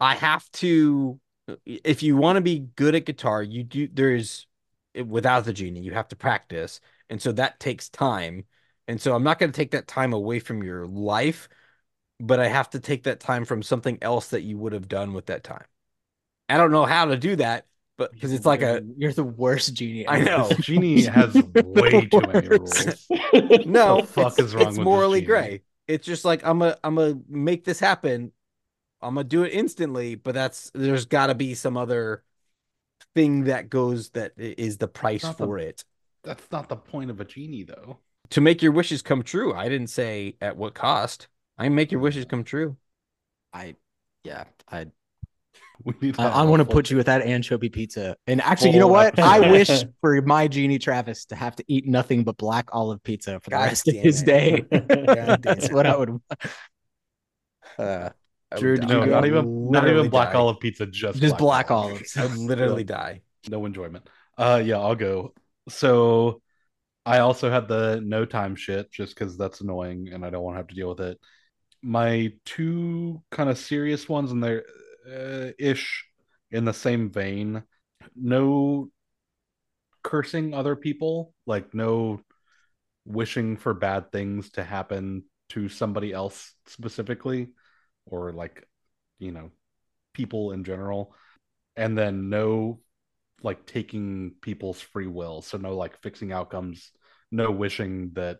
Speaker 5: i have to if you want to be good at guitar you do there's without the genie you have to practice and so that takes time and so i'm not going to take that time away from your life but i have to take that time from something else that you would have done with that time i don't know how to do that but because it's like a
Speaker 4: you're the worst genie.
Speaker 5: i
Speaker 4: ever. (laughs)
Speaker 5: know
Speaker 6: This genie has way too many
Speaker 4: Worst.
Speaker 6: rules.
Speaker 5: no
Speaker 6: The fuck
Speaker 5: it's,
Speaker 6: is
Speaker 5: it's
Speaker 6: wrong with this
Speaker 5: morally
Speaker 6: genie?
Speaker 5: gray it's just like i'm a i'm a make this happen i'm gonna do it instantly but that's there's gotta be some other thing that goes that i- is the price
Speaker 6: Not the-
Speaker 5: for it
Speaker 6: That's not the point of a genie, though.
Speaker 5: to make your wishes come true i didn't say at what cost i make your wishes come true
Speaker 4: Yeah, I
Speaker 6: We need.
Speaker 4: I,
Speaker 6: have
Speaker 4: I
Speaker 6: a
Speaker 4: want to
Speaker 6: full-
Speaker 4: put you with that anchovy pizza. And actually, you know
Speaker 6: full
Speaker 4: what? I
Speaker 7: episode.
Speaker 4: wish
Speaker 5: (laughs)
Speaker 4: for my genie Travis to have to eat nothing but black olive pizza for the
Speaker 5: God
Speaker 4: rest of
Speaker 5: damn
Speaker 4: his
Speaker 5: it.
Speaker 4: day.
Speaker 5: (laughs) God damn
Speaker 4: That's
Speaker 5: it.
Speaker 4: what I would. (laughs) Uh,
Speaker 5: I
Speaker 4: Drew,
Speaker 5: would
Speaker 4: did
Speaker 5: die.
Speaker 4: you
Speaker 6: No,
Speaker 4: go?
Speaker 6: not even not
Speaker 5: Literally
Speaker 6: even black
Speaker 5: die.
Speaker 6: olive pizza. Just
Speaker 4: just black
Speaker 6: olive.
Speaker 5: (laughs)
Speaker 4: olives.
Speaker 5: i would literally die
Speaker 6: no enjoyment. Uh yeah, I'll go. So I also had the no time shit just because that's annoying and I don't want to have to deal with it. My two kind of serious ones and they're uh, ish in the same vein. No cursing other people, like no wishing for bad things to happen to somebody else specifically or like you know people in general and then no like taking people's free will so no like fixing outcomes no wishing that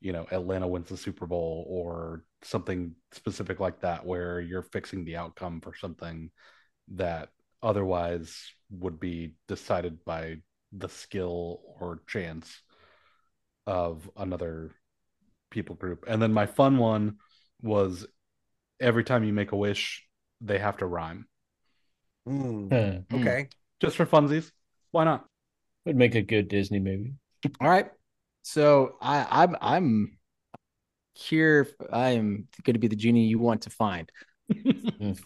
Speaker 6: you know atlanta wins the super bowl or something specific like that where you're fixing the outcome for something that otherwise would be decided by the skill or chance of another people group and then my fun one was every time you make a wish they have to rhyme
Speaker 5: Mm,
Speaker 7: Huh.
Speaker 3: Hmm.
Speaker 4: Mm.
Speaker 5: okay
Speaker 6: just for funsies why not
Speaker 7: (laughs) Would make a good Disney movie.
Speaker 4: All right. So I, I'm I'm here. I am going to be the genie you want to find.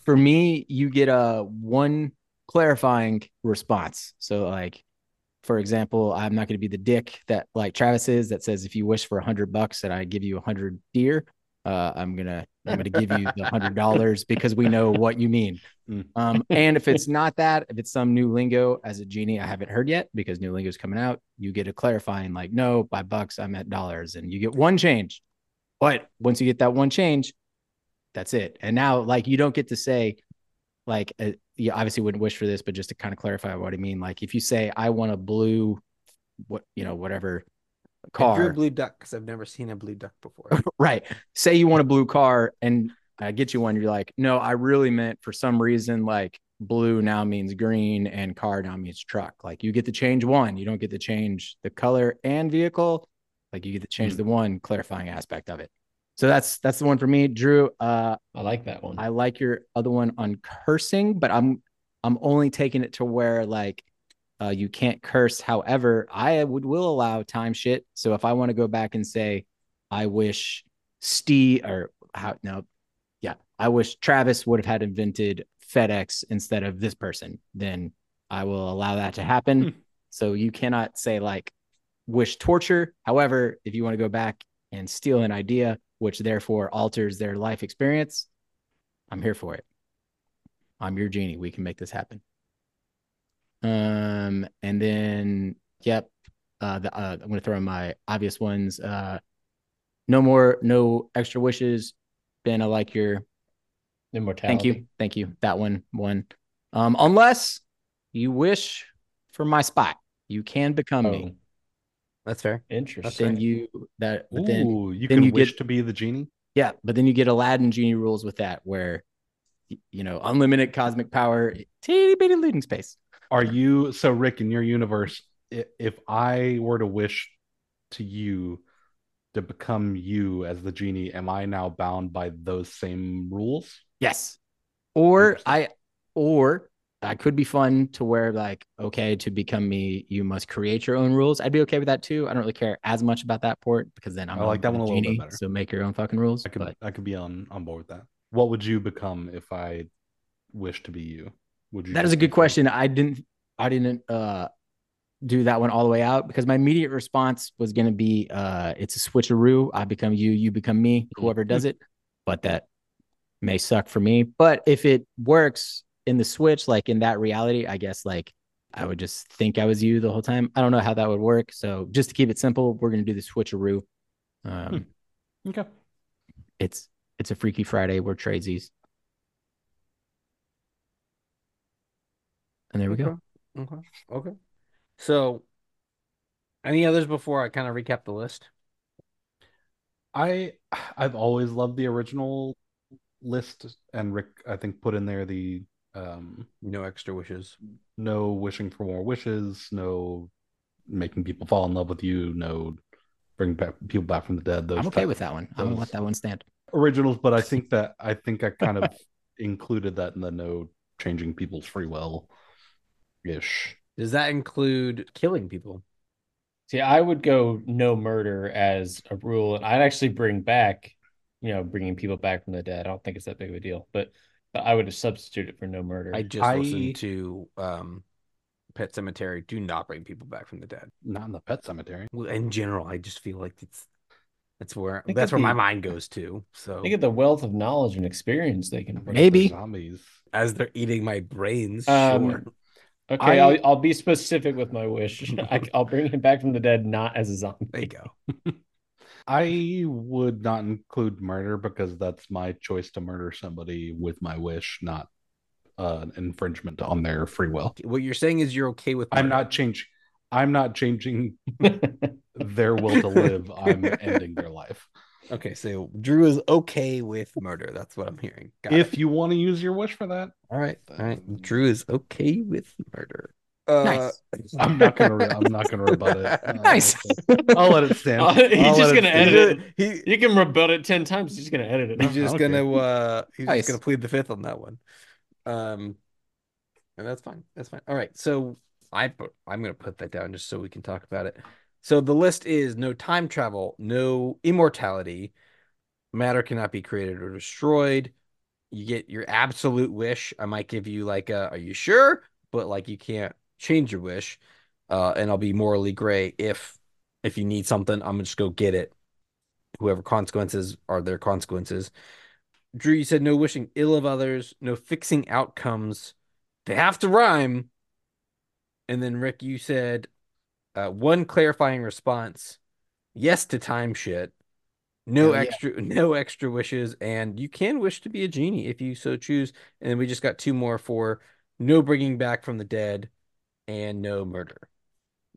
Speaker 4: For me, you get a one clarifying response. So like, for example, I'm not going to be the dick that like Travis is that says if you wish for a hundred bucks that I give you a hundred deer. Uh, I'm gonna I'm gonna give you the hundred dollars because we know what you mean.
Speaker 6: Mm.
Speaker 4: Um, and if it's not that, if it's some new lingo as a genie I haven't heard yet because new lingo is coming out, you get a clarifying like no by bucks I'm at dollars and you get one change. But once you get that one change, that's it. And now like you don't get to say like uh, you obviously wouldn't wish for this, but just to kind of clarify what I mean, like if you say I want a blue, what you know, whatever
Speaker 5: I drew a
Speaker 4: car,
Speaker 5: blue duck because I've never seen a blue duck before.
Speaker 4: right? Say you want a blue car, and I get you one. You're like, no, I really meant for some reason like blue now means green and car now means truck. Like you get to change one, you don't get to change the color and vehicle. Like you get to change the one clarifying aspect of it. So that's that's the one for me, Drew. Uh,
Speaker 7: I like that one.
Speaker 4: I like your other one on cursing, but I'm I'm only taking it to where like uh, you can't curse. However, I would will allow time shit. So if I want to go back and say, I wish Steve or how no, yeah, I wish Travis would have had invented FedEx instead of this person, then I will allow that to happen. So you cannot say like wish torture. However, if you want to go back and steal an idea, which therefore alters their life experience, I'm here for it. I'm your genie. We can make this happen. Um, and then, yep. Uh, the, uh, I'm gonna throw in my obvious ones. Uh, no more, no extra wishes. Ben, I like your.
Speaker 7: Immortality.
Speaker 4: Thank you, thank you. That one, one. Um, unless you wish for my spot, you can become
Speaker 7: Oh,
Speaker 4: me.
Speaker 5: That's fair.
Speaker 4: But
Speaker 7: interesting.
Speaker 4: then you that. But then
Speaker 6: Ooh, you
Speaker 4: then
Speaker 6: can
Speaker 4: you
Speaker 6: wish
Speaker 4: get-
Speaker 6: to be the genie.
Speaker 4: Yeah, but then you get Aladdin genie rules with that, where y- you know unlimited cosmic power, teeny bitty looting space.
Speaker 6: Are you so Rick in your universe? i- If I were to wish to you to become you as the genie, am I now bound by those same rules?
Speaker 4: Yes, or
Speaker 6: Interesting.
Speaker 4: I, or I could be fun to where like okay, to become me, you must create your own rules. I'd be okay with that too. I don't really care as much about that port because then I'm
Speaker 6: I
Speaker 4: not
Speaker 6: like that
Speaker 4: the
Speaker 6: one a little bit
Speaker 4: genie,
Speaker 6: better.
Speaker 4: So make your own fucking rules.
Speaker 6: I could
Speaker 4: but
Speaker 6: I could be on on board with that. What would you become if I wish to be you? Would you?
Speaker 4: that is
Speaker 6: just
Speaker 4: a
Speaker 6: be
Speaker 4: good
Speaker 6: fun?
Speaker 4: question. I didn't, I didn't uh do that one all the way out because my immediate response was going to be uh it's a switcheroo i become you you become me whoever does it but that may suck for me but if it works in the switch like in that reality i guess like i would just think i was you the whole time i don't know how that would work so just to keep it simple we're going to do the switcheroo um
Speaker 6: Okay.
Speaker 4: it's it's a freaky friday we're tradesies and there we go
Speaker 5: Okay. Okay. So, any others before I kind of recap the list?
Speaker 6: I I've always loved the original list, and Rick I think put in there the um
Speaker 5: No extra wishes.
Speaker 6: no wishing for more wishes, no making people fall in love with you, no bring back people back from the dead. Those
Speaker 4: i'm okay
Speaker 6: type
Speaker 4: with that one i'm going to let
Speaker 6: those-
Speaker 4: that one stand
Speaker 6: originals,
Speaker 4: (laughs)
Speaker 6: but I think that I think I kind of included that in the no changing people's free will ish.
Speaker 5: Does that include killing
Speaker 6: (laughs)
Speaker 5: people?
Speaker 7: See, I would go no murder as a rule, and I'd actually bring back, you know, bringing people back from the dead. I don't think it's that big of a deal, but, but I would have substituted for no murder.
Speaker 5: I just
Speaker 6: I-
Speaker 5: listened to um, Pet Cemetery. Do not bring people back from the dead.
Speaker 6: Not in the pet cemetery.
Speaker 5: Well, in general, I just feel like it's that's where
Speaker 7: Think
Speaker 5: that's
Speaker 7: of
Speaker 5: where my
Speaker 7: the-
Speaker 5: mind goes to. So
Speaker 7: Think of the wealth of knowledge and experience they can bring.
Speaker 4: Maybe.
Speaker 6: Zombies.
Speaker 5: as they're eating my brains,
Speaker 7: Um,
Speaker 5: sure.
Speaker 7: Okay,
Speaker 6: I-
Speaker 7: I'll I'll be specific with my wish. (laughs) I, will bring him back from the dead, not as a zombie.
Speaker 5: There you go.
Speaker 6: I would not include murder because that's my choice to murder somebody with my wish, not uh, an infringement on their free will.
Speaker 5: What you're saying is you're okay with
Speaker 6: I'm
Speaker 5: murder.
Speaker 6: not changing. I'm
Speaker 5: (laughs)
Speaker 6: not changing their will to live. I'm ending their life.
Speaker 5: Okay, so Drew is okay with murder. That's what I'm hearing. Got it.
Speaker 6: If you want to use your wish for that,
Speaker 5: all right, all right, Drew is okay with
Speaker 8: Uh,
Speaker 5: murder. Uh,
Speaker 4: Nice.
Speaker 6: I'm not gonna. Re- I'm not gonna
Speaker 5: (laughs)
Speaker 6: rebut it. Uh,
Speaker 4: Nice.
Speaker 6: I'll let it stand.
Speaker 7: Uh, (laughs) he's
Speaker 6: I'll let
Speaker 7: just
Speaker 6: it
Speaker 7: gonna
Speaker 6: stand.
Speaker 7: edit it.
Speaker 5: He,
Speaker 7: You can rebut it ten times. He's gonna edit
Speaker 5: He's
Speaker 7: it.
Speaker 5: just
Speaker 6: okay.
Speaker 5: gonna uh he's
Speaker 4: Nice.
Speaker 5: just gonna plead the fifth on that one. Um and that's fine. That's fine. All right. So I put I'm gonna put that down just so we can talk about it. So the list is no time travel, no immortality, matter cannot be created or destroyed. You get your absolute wish. I might give you like a are you sure? But like you can't change your wish. Uh and I'll be morally gray if if you need something, I'm gonna just go get it. Whoever consequences are their consequences. Drew, you said no wishing ill of others, no fixing outcomes. They have to rhyme. And then Rick, you said uh, one clarifying response, yes to time shit, No
Speaker 4: Yeah.
Speaker 5: extra, (laughs) no extra wishes, and you can wish to be a genie if you so choose. And then we just got two more for no bringing back from the dead, and no murder.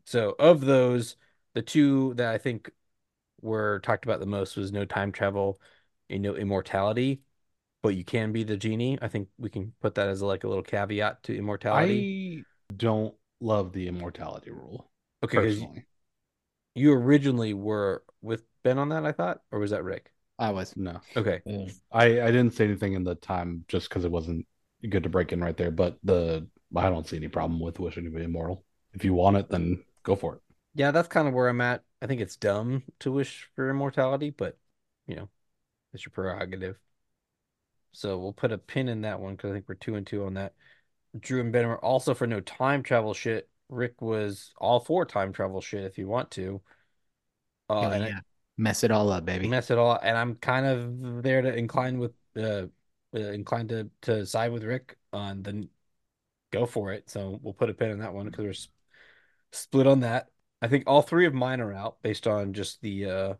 Speaker 5: So of those, the two that I think were talked about the most was no time travel and no immortality. But you can be the genie. I think we can put that as like a little caveat to immortality.
Speaker 6: I don't love the immortality rule
Speaker 5: Okay, 'cause y-
Speaker 6: personally.
Speaker 5: you originally were with Ben on that, I thought, or was that Rick?
Speaker 4: I was.
Speaker 6: No,
Speaker 5: Okay.
Speaker 7: Yeah.
Speaker 6: I I didn't say anything in the time just because it wasn't good to break in right there. But the I don't see any problem with wishing to be immortal. If you want it, then go for it.
Speaker 5: Yeah, that's kind of where I'm at. I think it's dumb to wish for immortality, but you know, it's your prerogative. So we'll put a pin in that one because I think we're two and two on that. Drew and Ben were also for no time travel shit. Rick was all for time travel shit if you want to. Uh,
Speaker 4: Oh,
Speaker 5: and I-
Speaker 4: yeah. Mess it all up, baby.
Speaker 5: mess it all. And I'm kind of there to incline with uh, uh inclined to to side with Rick on the go for it. So we'll put a pin on that one because we're s- split on that. I think all three of mine are out based on just the uh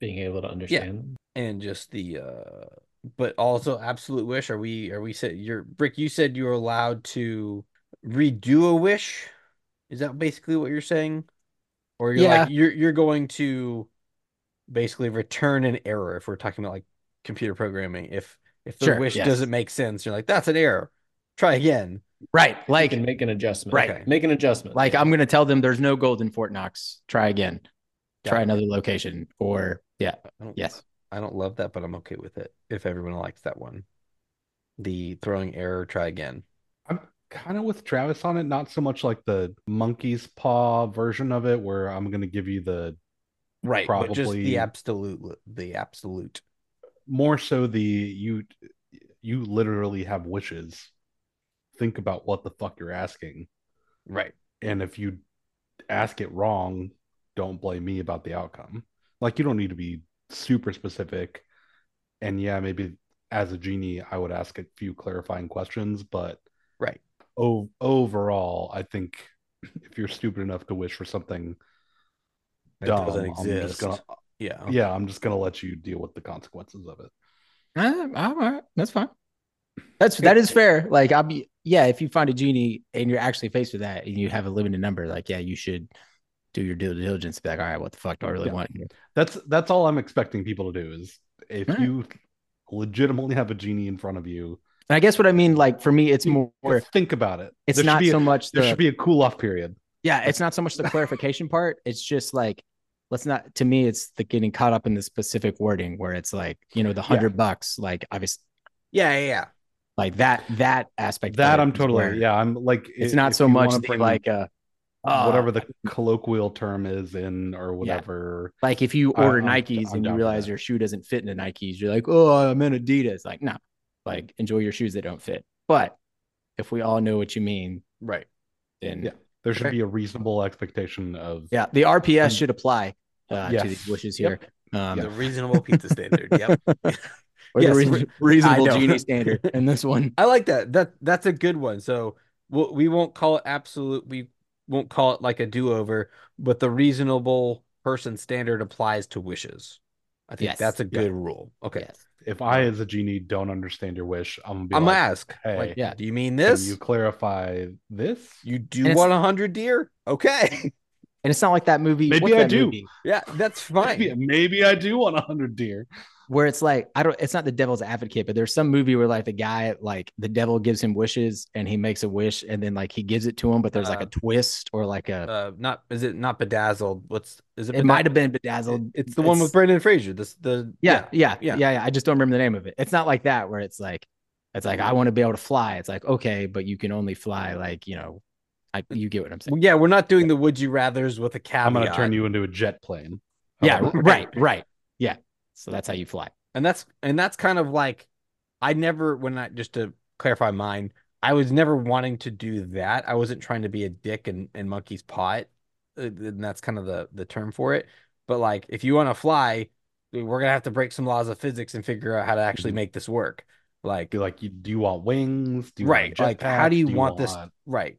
Speaker 7: Being able to understand.
Speaker 5: and just the uh but also absolute wish. Are we are we said you're Rick, you said you were allowed to redo a wish? Is that basically what you're saying? Or you're like you're you're going to basically return an error if we're talking about like computer programming. If if the
Speaker 4: Sure,
Speaker 5: wish
Speaker 4: yes.
Speaker 5: doesn't make sense, you're like, that's an error. Try again.
Speaker 4: Right.
Speaker 7: You
Speaker 4: Like
Speaker 7: can make an adjustment.
Speaker 4: Right.
Speaker 7: Okay. Make an adjustment.
Speaker 4: like I'm gonna tell them there's no gold in Fort Knox. Try again.
Speaker 5: Got
Speaker 4: Try
Speaker 5: it.
Speaker 4: another location. Or yeah.
Speaker 5: I don't
Speaker 4: Yes.
Speaker 5: I don't love that, but I'm okay with it if everyone likes that one. The throwing error, try again.
Speaker 6: I'm kind of with Travis on it, not so much like the monkey's paw version of it, where I'm gonna give you the
Speaker 5: Right. But just the
Speaker 6: Probably-
Speaker 5: absolute the absolute.
Speaker 6: more so the you you literally have wishes. Think about what the fuck you're asking.
Speaker 5: Right.
Speaker 6: And if you ask it wrong, don't blame me about the outcome. Like you don't need to be super specific. And yeah, maybe as a genie, I would ask a few clarifying questions, but
Speaker 5: Right.
Speaker 6: o- overall, I think if you're stupid enough to wish for something
Speaker 5: That
Speaker 6: dumb,
Speaker 5: doesn't
Speaker 6: I'm just
Speaker 5: exist.
Speaker 6: gonna
Speaker 5: Yeah.
Speaker 6: yeah, I'm just gonna let you deal with the consequences of it.
Speaker 4: Uh, all right. That's fine. That's that is fair. Like I'll be yeah, if you find a genie and you're actually faced with that and you have a limited number, like yeah, you should do your due diligence. Be like, all right, what the fuck do I really
Speaker 6: Yeah.
Speaker 4: want?
Speaker 6: That's that's all I'm expecting people to do is if
Speaker 4: All right.
Speaker 6: you legitimately have a genie in front of you,
Speaker 4: And I guess what I mean, like for me, it's more
Speaker 6: think about it.
Speaker 4: it's
Speaker 6: There should
Speaker 4: not
Speaker 6: be a-
Speaker 4: so much
Speaker 6: there
Speaker 4: the
Speaker 6: should be a cool off period.
Speaker 4: yeah, it's not so much the
Speaker 6: (laughs)
Speaker 4: clarification part. It's just like let's not to me, it's the getting caught up in the specific wording where it's like, you know, the hundred bucks, like obviously
Speaker 5: Yeah, yeah, yeah.
Speaker 4: like that that aspect. of
Speaker 6: That
Speaker 4: it
Speaker 6: I'm
Speaker 4: is
Speaker 6: totally
Speaker 4: where
Speaker 6: yeah. I'm like
Speaker 4: It's
Speaker 6: i-
Speaker 4: not
Speaker 6: if
Speaker 4: so
Speaker 6: you
Speaker 4: much
Speaker 6: wanna
Speaker 4: the,
Speaker 6: bring
Speaker 4: like uh uh,
Speaker 5: (laughs)
Speaker 6: whatever the colloquial term is in or whatever.
Speaker 4: Like if you
Speaker 6: I-
Speaker 4: order
Speaker 6: I'm-
Speaker 4: Nikes
Speaker 6: I'm
Speaker 4: and
Speaker 6: down
Speaker 4: you
Speaker 6: for
Speaker 4: realize
Speaker 6: that.
Speaker 4: your shoe doesn't fit into Nikes, you're like, oh, I'm in Adidas. Like, no, like enjoy your shoes that don't fit. But if we all know what you mean,
Speaker 5: Right.
Speaker 4: then yeah,
Speaker 6: Yeah. There should
Speaker 5: Okay.
Speaker 6: be a reasonable expectation of
Speaker 4: the RPS
Speaker 6: Um,
Speaker 4: should apply uh,
Speaker 6: yes.
Speaker 4: to these wishes here.
Speaker 6: Yep.
Speaker 4: Um,
Speaker 5: The reasonable (laughs) pizza standard. Yep.
Speaker 4: Or
Speaker 5: Yes,
Speaker 4: the reason-
Speaker 5: re-
Speaker 4: reasonable
Speaker 5: I know.
Speaker 4: (laughs) genie standard in this one.
Speaker 5: I like that. That that's a good one. So we'll, we won't call it absolute. We won't call it like a do over, but the reasonable person standard applies to wishes. I think
Speaker 4: Yes.
Speaker 5: that's a
Speaker 6: Yeah.
Speaker 5: good rule. Okay.
Speaker 4: Yes.
Speaker 6: if I as a genie don't understand your wish, I'm gonna be
Speaker 5: I'm
Speaker 6: like,
Speaker 5: gonna ask.
Speaker 6: hey,
Speaker 5: like,
Speaker 4: yeah.
Speaker 5: do you mean
Speaker 6: can
Speaker 5: this?
Speaker 6: you
Speaker 5: You,
Speaker 6: clarify this?
Speaker 4: And
Speaker 5: do
Speaker 4: it's-
Speaker 5: want a hundred deer? Okay. (laughs)
Speaker 4: And it's not like that movie.
Speaker 6: Maybe
Speaker 4: what's
Speaker 6: I
Speaker 4: that
Speaker 6: do.
Speaker 4: movie
Speaker 5: yeah, that's fine.
Speaker 6: Maybe, maybe I do want a hundred deer.
Speaker 4: where it's like I don't. It's not the devil's advocate, but there's some movie where like the guy, like the devil gives him wishes and he makes a wish and then like he gives it to him, but there's like
Speaker 5: Uh,
Speaker 4: a twist or like a.
Speaker 5: Uh, not is it not bedazzled? What's is it?
Speaker 4: it might
Speaker 5: bedazz-
Speaker 4: have been bedazzled.
Speaker 5: It- It's the one with Brendan Fraser. This the
Speaker 4: yeah, yeah,
Speaker 5: yeah.
Speaker 4: yeah, yeah, I just don't remember the name of it. It's not like that where it's like, it's like I want to be able to fly. It's like okay, but you can only fly like you know, I you get what I'm saying.
Speaker 5: Well, yeah, we're not doing the would you rather's with a caveat.
Speaker 6: I'm gonna turn you into a jet plane.
Speaker 4: Yeah,
Speaker 6: However,
Speaker 4: right, right. Yeah, so that's how you fly.
Speaker 5: and that's and that's kind of like I never when I just to clarify mine, I was never wanting to do that. I wasn't trying to be a dick and and monkey's pot, uh, and that's kind of the the term for it. But like, if you want to fly, we're gonna have to break some laws of physics and figure out how to actually
Speaker 6: Mhm.
Speaker 5: make this work. Like,
Speaker 6: be like, you, do you want wings? Do you
Speaker 5: right?
Speaker 6: Want a
Speaker 5: Like, how
Speaker 6: jetpack?
Speaker 5: do you want this? Right?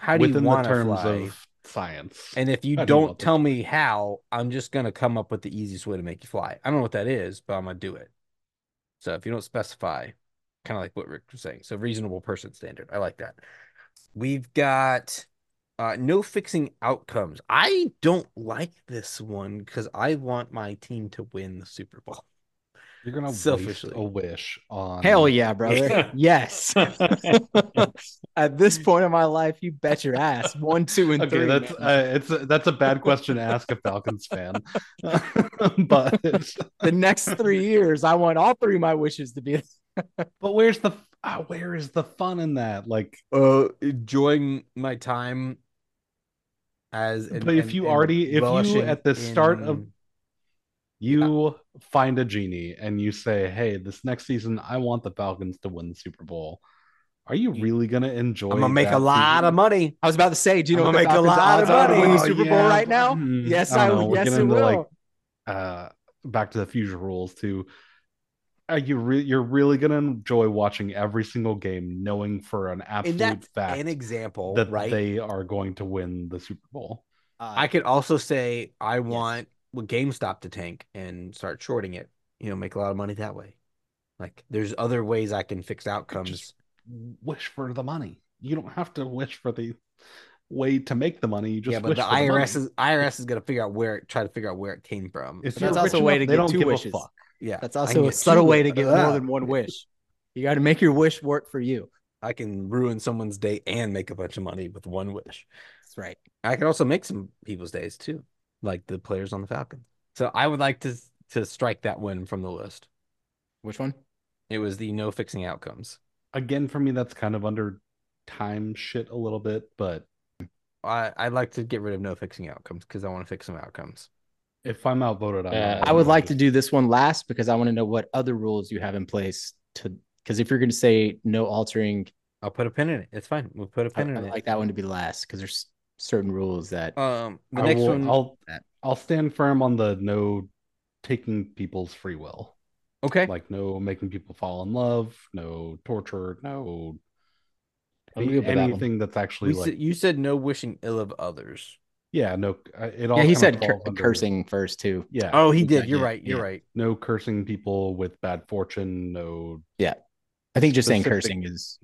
Speaker 5: How do you
Speaker 6: within
Speaker 5: want
Speaker 6: the
Speaker 5: to
Speaker 6: terms
Speaker 5: fly?
Speaker 6: of science.
Speaker 5: And if you
Speaker 6: I don't know
Speaker 5: don't
Speaker 6: what the-
Speaker 5: tell me how, I'm just gonna come up with the easiest way to make you fly. I don't know what that is, but I'm gonna do it. So if you don't specify, kind of like what Rick was saying, so reasonable person standard. I like that. We've got uh, no fixing outcomes. I don't like this one because I want my team to win the Super Bowl.
Speaker 6: You're gonna
Speaker 5: Selfishly.
Speaker 6: waste a wish on
Speaker 4: Hell yeah, brother. yes. (laughs) At this point in my life, you bet your ass. One, two, and
Speaker 6: Okay,
Speaker 4: three.
Speaker 6: that's
Speaker 4: man.
Speaker 6: uh, it's a, that's a bad question to ask a
Speaker 4: (laughs)
Speaker 6: Falcons fan, (laughs) but
Speaker 4: the next three years. I want all three of my wishes to be.
Speaker 6: but where's the uh, where is the fun in that? Like,
Speaker 5: Uh, enjoying my time as. and-
Speaker 6: But if
Speaker 5: and-
Speaker 6: you
Speaker 5: and
Speaker 6: already- if you
Speaker 5: relishing
Speaker 6: at the start of-
Speaker 5: in-
Speaker 6: you find a genie and you say, "Hey, this next season, I want the Falcons to win the Super Bowl." Are you
Speaker 5: You-
Speaker 6: really gonna enjoy?
Speaker 5: I'm gonna make a lot of money.
Speaker 4: I was about to say, do you know
Speaker 5: I'm
Speaker 4: what the
Speaker 5: gonna make a
Speaker 4: Falcons'
Speaker 5: lot of
Speaker 4: odds are to win the
Speaker 5: money.
Speaker 4: Super
Speaker 6: Oh,
Speaker 4: Bowl
Speaker 6: yeah.
Speaker 4: right now?
Speaker 6: Mm,
Speaker 4: Yes,
Speaker 6: I
Speaker 4: I,
Speaker 6: don't know.
Speaker 4: would.
Speaker 6: We're
Speaker 4: yes,
Speaker 6: getting
Speaker 4: it
Speaker 6: into,
Speaker 4: will.
Speaker 6: like, uh, Back to the Future rules too. Are you re- you're really gonna enjoy watching every single game, knowing for an
Speaker 5: And
Speaker 6: absolute
Speaker 5: that's
Speaker 6: fact
Speaker 5: an example,
Speaker 6: that
Speaker 5: right?
Speaker 6: they are going to win the Super Bowl?
Speaker 5: I could also say I want well, GameStop to tank and start shorting it. You know, make a lot of money that way. Like, there's other ways I can fix outcomes.
Speaker 6: Wish for the money. You don't have to wish for the way to make the money. You just
Speaker 5: yeah, but
Speaker 6: wish
Speaker 5: the
Speaker 6: for money.
Speaker 5: IRS is IRS is gonna figure out where try to figure out where it came from.
Speaker 6: If
Speaker 4: But
Speaker 6: you're
Speaker 4: that's
Speaker 6: rich
Speaker 4: also a way
Speaker 6: enough,
Speaker 4: to
Speaker 6: they
Speaker 4: get
Speaker 6: don't
Speaker 4: two
Speaker 6: give a
Speaker 4: wishes.
Speaker 6: fuck.
Speaker 5: yeah,
Speaker 4: That's
Speaker 5: I can
Speaker 4: also a
Speaker 5: get
Speaker 4: subtle
Speaker 5: two
Speaker 4: way to
Speaker 5: wi-
Speaker 4: get
Speaker 5: Ah,
Speaker 4: more than one wish. You got to make your wish work for you.
Speaker 5: I can ruin someone's day and make a bunch of money with one wish.
Speaker 4: That's right.
Speaker 5: I could also make some people's days too, like the players on the Falcons. So I would like to to strike that one from the list.
Speaker 4: Which one?
Speaker 5: It was the no fixing outcomes.
Speaker 6: Again, for me, that's kind of under time shit a little bit. But
Speaker 5: I I'd like to get rid of no fixing outcomes because I want to fix some outcomes.
Speaker 6: if I'm outvoted, I'm
Speaker 7: Yeah.
Speaker 6: outvoted.
Speaker 4: I would
Speaker 6: I'll
Speaker 4: like to
Speaker 6: just-
Speaker 4: do this one last because I want to know what other rules you have in place to. Because if you're going to say no altering,
Speaker 5: I'll put a pin in it. It's fine. We'll put a
Speaker 4: I,
Speaker 5: pin
Speaker 4: I
Speaker 5: in
Speaker 4: like that one to be last because there's certain rules that.
Speaker 5: it. Um, the
Speaker 6: I
Speaker 5: next
Speaker 6: will-
Speaker 5: one.
Speaker 6: I'll I'll stand firm on the no taking people's free will.
Speaker 5: okay.
Speaker 6: Like no making people fall in love, no torture, no
Speaker 7: I'm good with that one.
Speaker 6: anything that's actually
Speaker 5: We
Speaker 6: like
Speaker 5: said, you said no wishing ill of others.
Speaker 6: yeah, no. uh, It all
Speaker 4: yeah, he
Speaker 6: kinda
Speaker 4: said cur-
Speaker 6: falls under-
Speaker 4: cursing first too.
Speaker 6: Yeah.
Speaker 5: Oh, he did.
Speaker 6: exactly.
Speaker 5: You're right. You're
Speaker 6: Yeah.
Speaker 5: right.
Speaker 6: No cursing people with bad fortune. No.
Speaker 4: I think just saying
Speaker 6: Specific-
Speaker 4: cursing is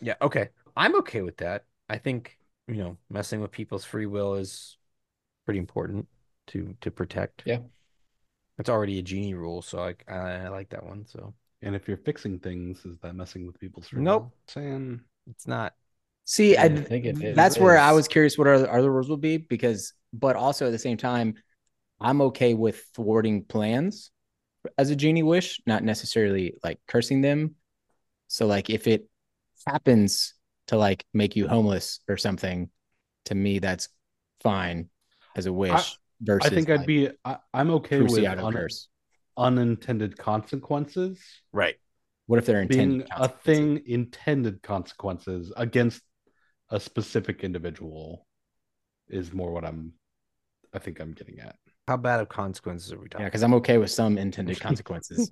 Speaker 5: Yeah. Okay. I'm okay with that. I think you know messing with people's free will is pretty important to to protect.
Speaker 7: Yeah.
Speaker 5: It's already a genie rule, so I I, I like that one. So
Speaker 6: And if you're fixing things, is that messing with people's free
Speaker 5: Nope.
Speaker 6: will? Saying
Speaker 5: it's not.
Speaker 4: See, I,
Speaker 7: I think it is.
Speaker 4: that's where I
Speaker 7: Is-
Speaker 4: was curious what our other rules would be because, but also at the same time, I'm okay with thwarting plans as a genie wish, not necessarily like cursing them. So, like, if it happens to like make you homeless or something, to me, that's fine as a wish. versus,
Speaker 6: I think I'd
Speaker 4: like,
Speaker 6: be. I, I'm okay with
Speaker 4: Cruciato
Speaker 6: un-
Speaker 4: curse.
Speaker 6: unintended consequences
Speaker 5: Right.
Speaker 4: What if they're
Speaker 6: being
Speaker 4: intended?
Speaker 6: a
Speaker 4: consequences?
Speaker 6: thing intended consequences against a specific individual is more what I'm. I think I'm getting at.
Speaker 5: How bad of consequences are we
Speaker 4: Yeah,
Speaker 5: talking?
Speaker 4: because I'm okay with some
Speaker 6: (laughs)
Speaker 4: intended consequences.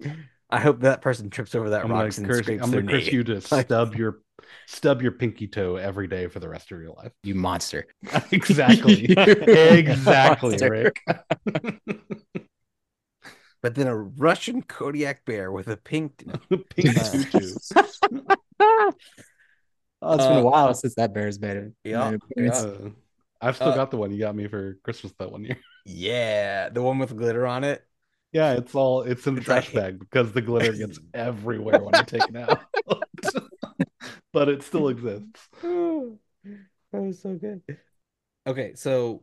Speaker 5: I hope that person trips over that
Speaker 6: I'm
Speaker 5: rock
Speaker 6: gonna
Speaker 5: and
Speaker 6: curse.
Speaker 5: scrapes
Speaker 6: I'm
Speaker 5: their
Speaker 6: gonna curse
Speaker 5: knee. (laughs)
Speaker 6: you to
Speaker 5: Like-
Speaker 6: stub your stub your pinky toe every day for the rest of your life. (laughs)
Speaker 4: you monster. (laughs)
Speaker 6: exactly. exactly,
Speaker 4: Monster.
Speaker 6: Rick.
Speaker 5: But then a Russian Kodiak bear with a pink.
Speaker 6: Pink
Speaker 5: Uh,
Speaker 6: tutu.
Speaker 4: (laughs) Oh, it's been
Speaker 5: Uh,
Speaker 4: a while since that bear's made it.
Speaker 5: Yeah,
Speaker 4: made an appearance.
Speaker 6: Uh, I've still
Speaker 5: Uh,
Speaker 6: got the one you got me for Christmas that one year. (laughs)
Speaker 5: yeah, the one with glitter on it.
Speaker 6: Yeah, it's all it's in the
Speaker 5: It's
Speaker 6: trash
Speaker 5: like-
Speaker 6: bag because the glitter
Speaker 5: (laughs)
Speaker 6: gets everywhere when I take it out. (laughs) but it still exists.
Speaker 5: that was so good. Okay, so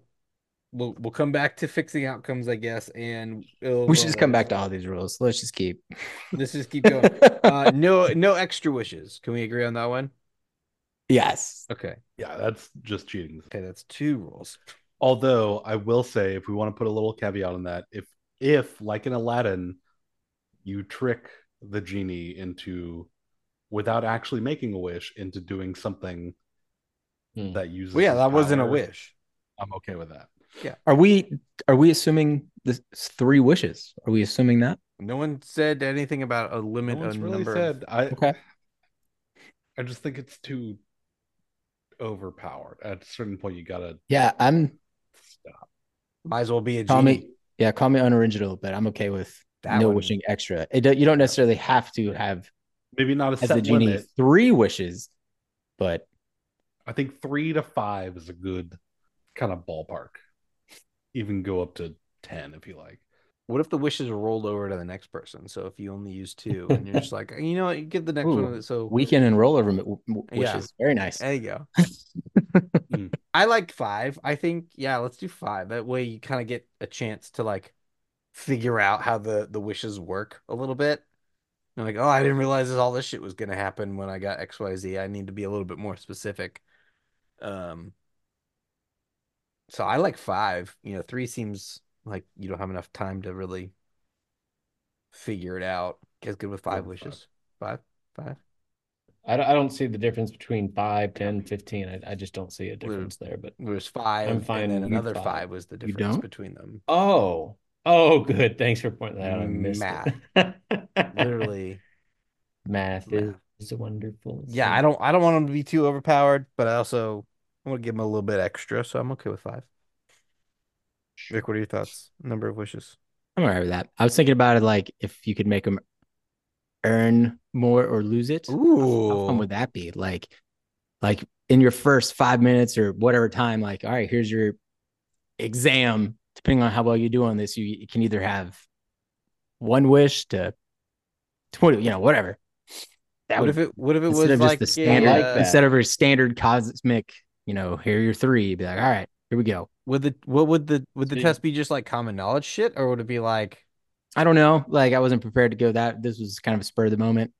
Speaker 5: we'll we'll come back to fixing outcomes, I guess, and
Speaker 4: We should just come back to all these rules. Let's just keep.
Speaker 5: (laughs) Let's just keep going. uh, no, no extra wishes. Can we agree on that one?
Speaker 4: (laughs) yes.
Speaker 5: Okay,
Speaker 6: Yeah, that's just cheating.
Speaker 5: okay, that's two rules.
Speaker 6: Although I will say, if we want to put a little caveat on that, if if like in Aladdin, you trick the genie into without actually making a wish into doing something
Speaker 7: Hmm.
Speaker 6: that uses
Speaker 5: Well, yeah,
Speaker 6: his
Speaker 5: that wasn't a
Speaker 6: power,
Speaker 5: wish.
Speaker 6: I'm okay with that.
Speaker 4: Are we are we assuming this three wishes? Are we assuming that?
Speaker 5: No one said anything about a limit
Speaker 6: No one's
Speaker 5: on
Speaker 6: really
Speaker 5: number.
Speaker 6: said.
Speaker 5: Of...
Speaker 6: I
Speaker 4: Okay.
Speaker 6: I just think it's too. overpowered. At a certain point, you gotta
Speaker 4: Yeah, I'm
Speaker 6: stop.
Speaker 5: Might as well be a
Speaker 4: call
Speaker 5: genie.
Speaker 4: me yeah, call me unoriginal, but I'm okay with
Speaker 5: That
Speaker 4: no
Speaker 5: one-
Speaker 4: wishing extra. It don't- you don't necessarily have to have
Speaker 6: Maybe not a
Speaker 4: as the
Speaker 6: set
Speaker 4: genie
Speaker 6: limit.
Speaker 4: three wishes, but
Speaker 6: I think three to five is a good kind of ballpark. Even go up to ten if you like.
Speaker 5: What if the wishes are rolled over to the next person? So if you only use two, and you're just like, you know, what, you give the next
Speaker 4: Ooh,
Speaker 5: one. So
Speaker 4: weekend and rollover m- w- w-
Speaker 5: Yeah.
Speaker 4: wishes very nice.
Speaker 5: There you go. I like five. I think yeah, let's do five. That way you kind of get a chance to like figure out how the the wishes work a little bit. And like, oh, I didn't realize this, all this shit was gonna happen when I got X Y Z. I need to be a little bit more specific. Um. So I like five. You know, three seems like you don't have enough time to really figure it out. Guys, good with
Speaker 6: Go
Speaker 5: five
Speaker 6: with five.
Speaker 5: wishes. Five, five.
Speaker 7: I don't, I don't see the difference between 5, 10, 15. I, I just don't see a difference there. But
Speaker 5: There's five,
Speaker 7: fine
Speaker 5: and then
Speaker 7: with
Speaker 5: another
Speaker 7: five.
Speaker 5: five was the
Speaker 4: You
Speaker 5: difference
Speaker 4: don't?
Speaker 5: between them.
Speaker 7: oh, oh, good. Thanks for pointing that out. I missed (laughs) it.
Speaker 5: Literally.
Speaker 7: math is, is a wonderful.
Speaker 5: Yeah, I
Speaker 7: thing.
Speaker 5: don't I don't want him to be too overpowered, but I also I want to give him a little bit extra, so I'm okay with five. Rick, what are your thoughts? Number of wishes.
Speaker 4: I'm all right with that. I was thinking about it like if you could make them earn more or lose it. How fun
Speaker 5: Ooh.
Speaker 4: would that be? Like, like in your first five minutes or whatever time, like, all right, here's your exam. Depending on how well you do on this, you, you can either have one wish to twenty, you know, whatever. That
Speaker 5: What
Speaker 4: would
Speaker 5: if it what if it
Speaker 4: instead
Speaker 5: was
Speaker 4: of
Speaker 5: like uh,
Speaker 4: just the
Speaker 5: yeah,
Speaker 4: standard,
Speaker 7: like that.
Speaker 4: instead of your standard cosmic, you know, here are your three. You'd be like, all right, here we go.
Speaker 5: would the what would the would the
Speaker 7: So you-
Speaker 5: test be just like common knowledge shit or would it be like
Speaker 4: I don't know. Like, I wasn't prepared to go that. This was kind of a spur of the moment.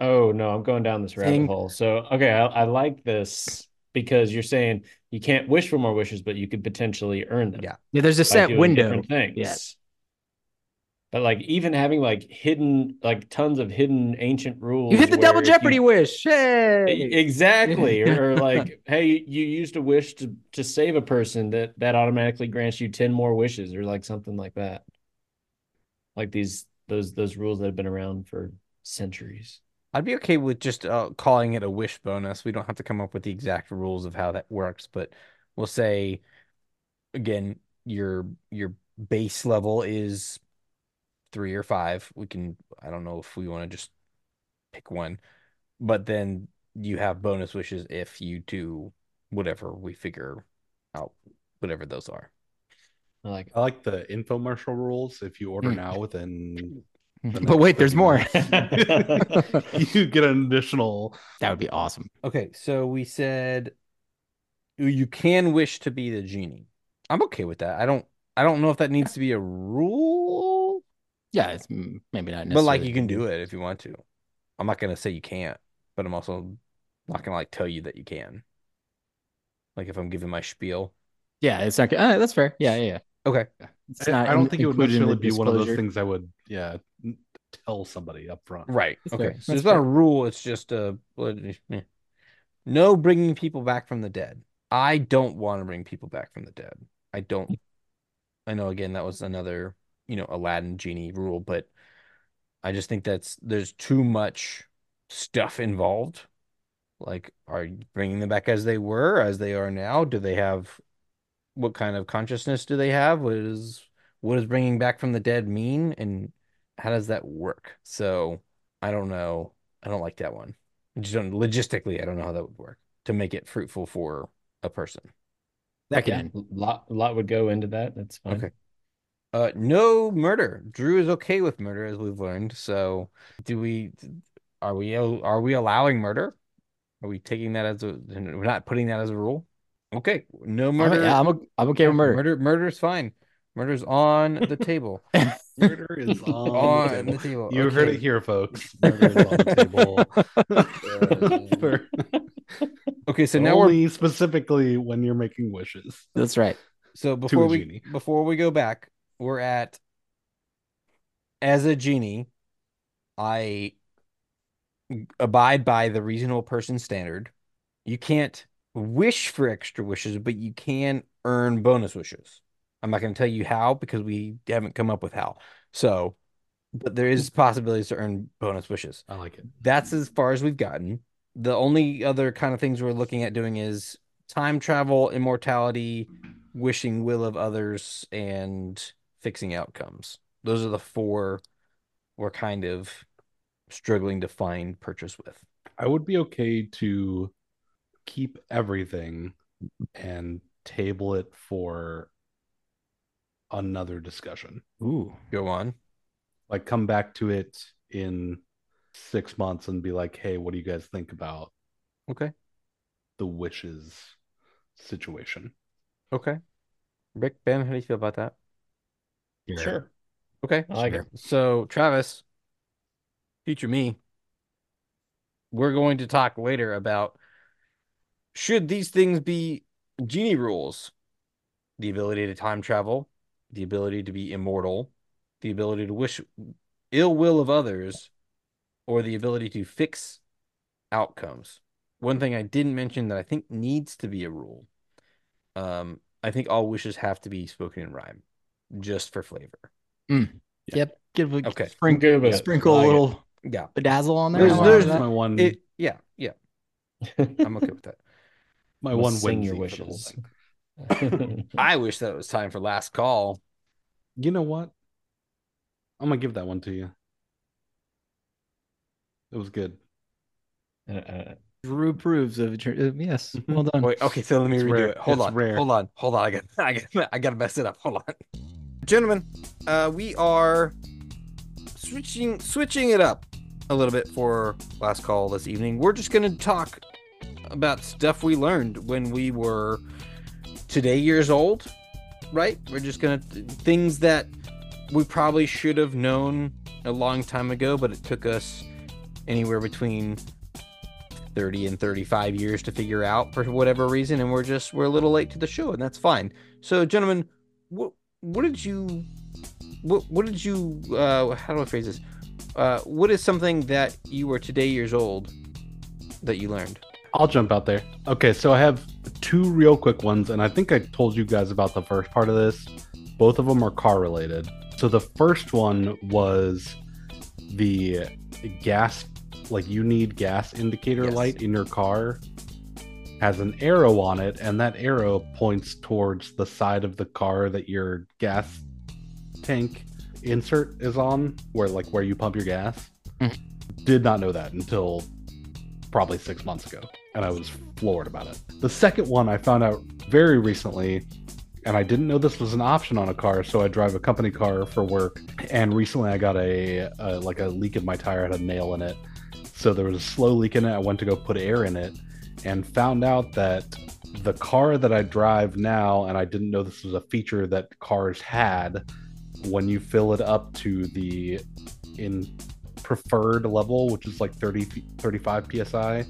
Speaker 7: Oh no, I'm going down this rabbit
Speaker 4: Thing.
Speaker 7: hole. So okay, I, I like this because you're saying you can't wish for more wishes, but you could potentially earn them
Speaker 5: Yeah.
Speaker 4: Yeah, there's a
Speaker 7: by
Speaker 4: set
Speaker 7: doing
Speaker 4: window.
Speaker 7: different things. But like even having like hidden, like tons of hidden ancient rules.
Speaker 4: You hit the double
Speaker 7: where if you-
Speaker 4: jeopardy wish.
Speaker 7: E-
Speaker 4: Hey. (laughs)
Speaker 7: Exactly. Or, or like, hey, you used a wish to to save a person that that automatically grants you 10 more wishes or like something like that. Like these those those rules that have been around for centuries.
Speaker 5: I'd be okay with just uh, calling it a wish bonus. We don't have to come up with the exact rules of how that works, but we'll say again, your your base level is three or five. We can I don't know if we want to just pick one, but then you have bonus wishes if you do whatever we figure out, whatever those are.
Speaker 7: I like
Speaker 6: I like the infomercial rules. If you order
Speaker 4: Mm.
Speaker 6: now within,
Speaker 5: (laughs)
Speaker 6: the
Speaker 4: But
Speaker 6: next
Speaker 4: wait, there's
Speaker 6: 30 (laughs)
Speaker 4: more.
Speaker 6: minutes, (laughs) you get an additional.
Speaker 4: That would be awesome.
Speaker 5: Okay, so we said you- you can wish to be the genie. I'm okay with that. I don't I don't know if that needs to be a rule,
Speaker 4: Yeah, it's mm, maybe not necessarily.
Speaker 5: but like you can do it if you want to. I'm not gonna say you can't, but I'm also not gonna like tell you that you can. Like if I'm giving my spiel.
Speaker 4: Yeah, it's not. Uh, that's fair. Yeah, yeah, yeah.
Speaker 5: Okay.
Speaker 4: It's
Speaker 6: I, I don't
Speaker 4: in-
Speaker 6: think it would
Speaker 4: included in the
Speaker 6: necessarily be one of those
Speaker 4: disclosure.
Speaker 6: things I would, yeah, n- tell somebody up front.
Speaker 5: Right.
Speaker 4: That's
Speaker 5: Okay.
Speaker 4: fair.
Speaker 5: So
Speaker 4: That's
Speaker 5: it's not a
Speaker 4: fair.
Speaker 5: rule, it's just a eh. no bringing people back from the dead. I don't want to bring people back from the dead. I don't. I know again that was another, you know, Aladdin genie rule, but I just think that's there's too much stuff involved. Like, are you bringing them back as they were, as they are now? Do they have what kind of consciousness do they have? What is what does bringing back from the dead mean, and how does that work? So I don't know. I don't like that one. I just don't logistically. I don't know how that would work to make it fruitful for a person.
Speaker 4: That could end.
Speaker 7: lot lot would go into that. That's fine.
Speaker 5: Okay. Uh, no murder. Drew is okay with murder, as we've learned. So, do we? Are we? Are we allowing murder? Are we taking that as a? We're not putting that as a rule. Okay, no
Speaker 4: I'm,
Speaker 5: murder.
Speaker 4: Oh, yeah, I'm, o- I'm okay with murder.
Speaker 5: Murder. Murder's fine. Murder's on
Speaker 4: (laughs)
Speaker 5: the table.
Speaker 6: Murder (laughs) is on. the
Speaker 5: on
Speaker 6: table.
Speaker 5: the table.
Speaker 6: You heard
Speaker 5: Okay.
Speaker 6: it here, folks.
Speaker 4: (laughs)
Speaker 6: Murder is on the table.
Speaker 7: Uh,
Speaker 6: For-
Speaker 5: Okay, so now we're
Speaker 6: only specifically when you're making wishes.
Speaker 4: That's right.
Speaker 5: So before we
Speaker 6: genie.
Speaker 5: before we go back, we're at as a genie, I abide by the reasonable person standard. You can't wish for extra wishes, but you can earn bonus wishes. I'm not going to tell you how because we haven't come up with how. So, but there is possibilities to earn bonus wishes
Speaker 6: I like it.
Speaker 5: that's as far as we've gotten. The only other kind of things we're looking at doing is time travel, immortality, wishing will of others, and fixing outcomes. Those are the four we're kind of struggling to find purchase with.
Speaker 6: I would be okay to keep everything and table it for another discussion.
Speaker 4: Ooh.
Speaker 5: Go on.
Speaker 6: Like come back to it in six months and be like, hey, what do you guys think about
Speaker 5: Okay.
Speaker 6: the wishes situation?
Speaker 5: Okay. Rick, Ben, how do you feel about that?
Speaker 7: Sure.
Speaker 5: Okay.
Speaker 7: I like it.
Speaker 5: So, Travis, future me, we're going to talk later about should these things be genie rules? The ability to time travel, the ability to be immortal, the ability to wish ill will of others, or the ability to fix outcomes. One thing I didn't mention that I think needs to be a rule. Um, I think all wishes have to be spoken in rhyme, just for flavor.
Speaker 4: Yep. Give a
Speaker 5: Okay.
Speaker 7: I'm good
Speaker 4: sprinkle,
Speaker 7: with it.
Speaker 4: sprinkle a
Speaker 7: Like it.
Speaker 4: little
Speaker 5: Yeah.
Speaker 4: bedazzle on there.
Speaker 5: There's-
Speaker 4: I like
Speaker 5: there's
Speaker 4: that.
Speaker 6: my one
Speaker 5: It yeah, yeah. I'm okay with that.
Speaker 6: my
Speaker 7: We'll
Speaker 6: one
Speaker 7: sing your
Speaker 6: whimsy for the whole
Speaker 7: wishes.
Speaker 6: thing.
Speaker 5: I wish that it was time for last call.
Speaker 6: You know what? I'm gonna give that one to you. It was good.
Speaker 7: (laughs) Uh, uh,
Speaker 4: Drew approves of it. Yes. Well done.
Speaker 5: Wait, okay, so let me
Speaker 6: It's
Speaker 5: redo
Speaker 6: rare.
Speaker 5: it. Hold
Speaker 6: It's
Speaker 5: on.
Speaker 6: rare.
Speaker 5: Hold on. Hold on. I got I got I gotta (laughs) mess it up. Hold on. Gentlemen, uh we are switching switching it up a little bit for last call this evening. We're just gonna talk about stuff we learned when we were today years old, right? We're just gonna things that we probably should have known a long time ago, but it took us anywhere between 30 and 35 years to figure out for whatever reason and we're just we're a little late to the show and that's fine so gentlemen what what did you what what did you uh how do i phrase this uh what is something that you were today years old that you learned
Speaker 6: I'll jump out there. Okay, so I have two real quick ones, and I think I told you guys about the first part of this. Both of them are car related. So the first one was the gas, like you need gas indicator
Speaker 5: Yes.
Speaker 6: light in your car, has an arrow on it, and that arrow points towards the side of the car that your gas tank insert is on, where like where you pump your gas.
Speaker 4: Mhm.
Speaker 6: Did not know that until probably six months ago, and I was floored about it. The second one I found out very recently, and I didn't know this was an option on a car, so I drive a company car for work, and recently I got a, a like a leak in my tire, I had a nail in it, so there was a slow leak in it. I went to go put air in it, and found out that the car that I drive now, and I didn't know this was a feature that cars had. When you fill it up to the in preferred level, which is like 30, 35 psi,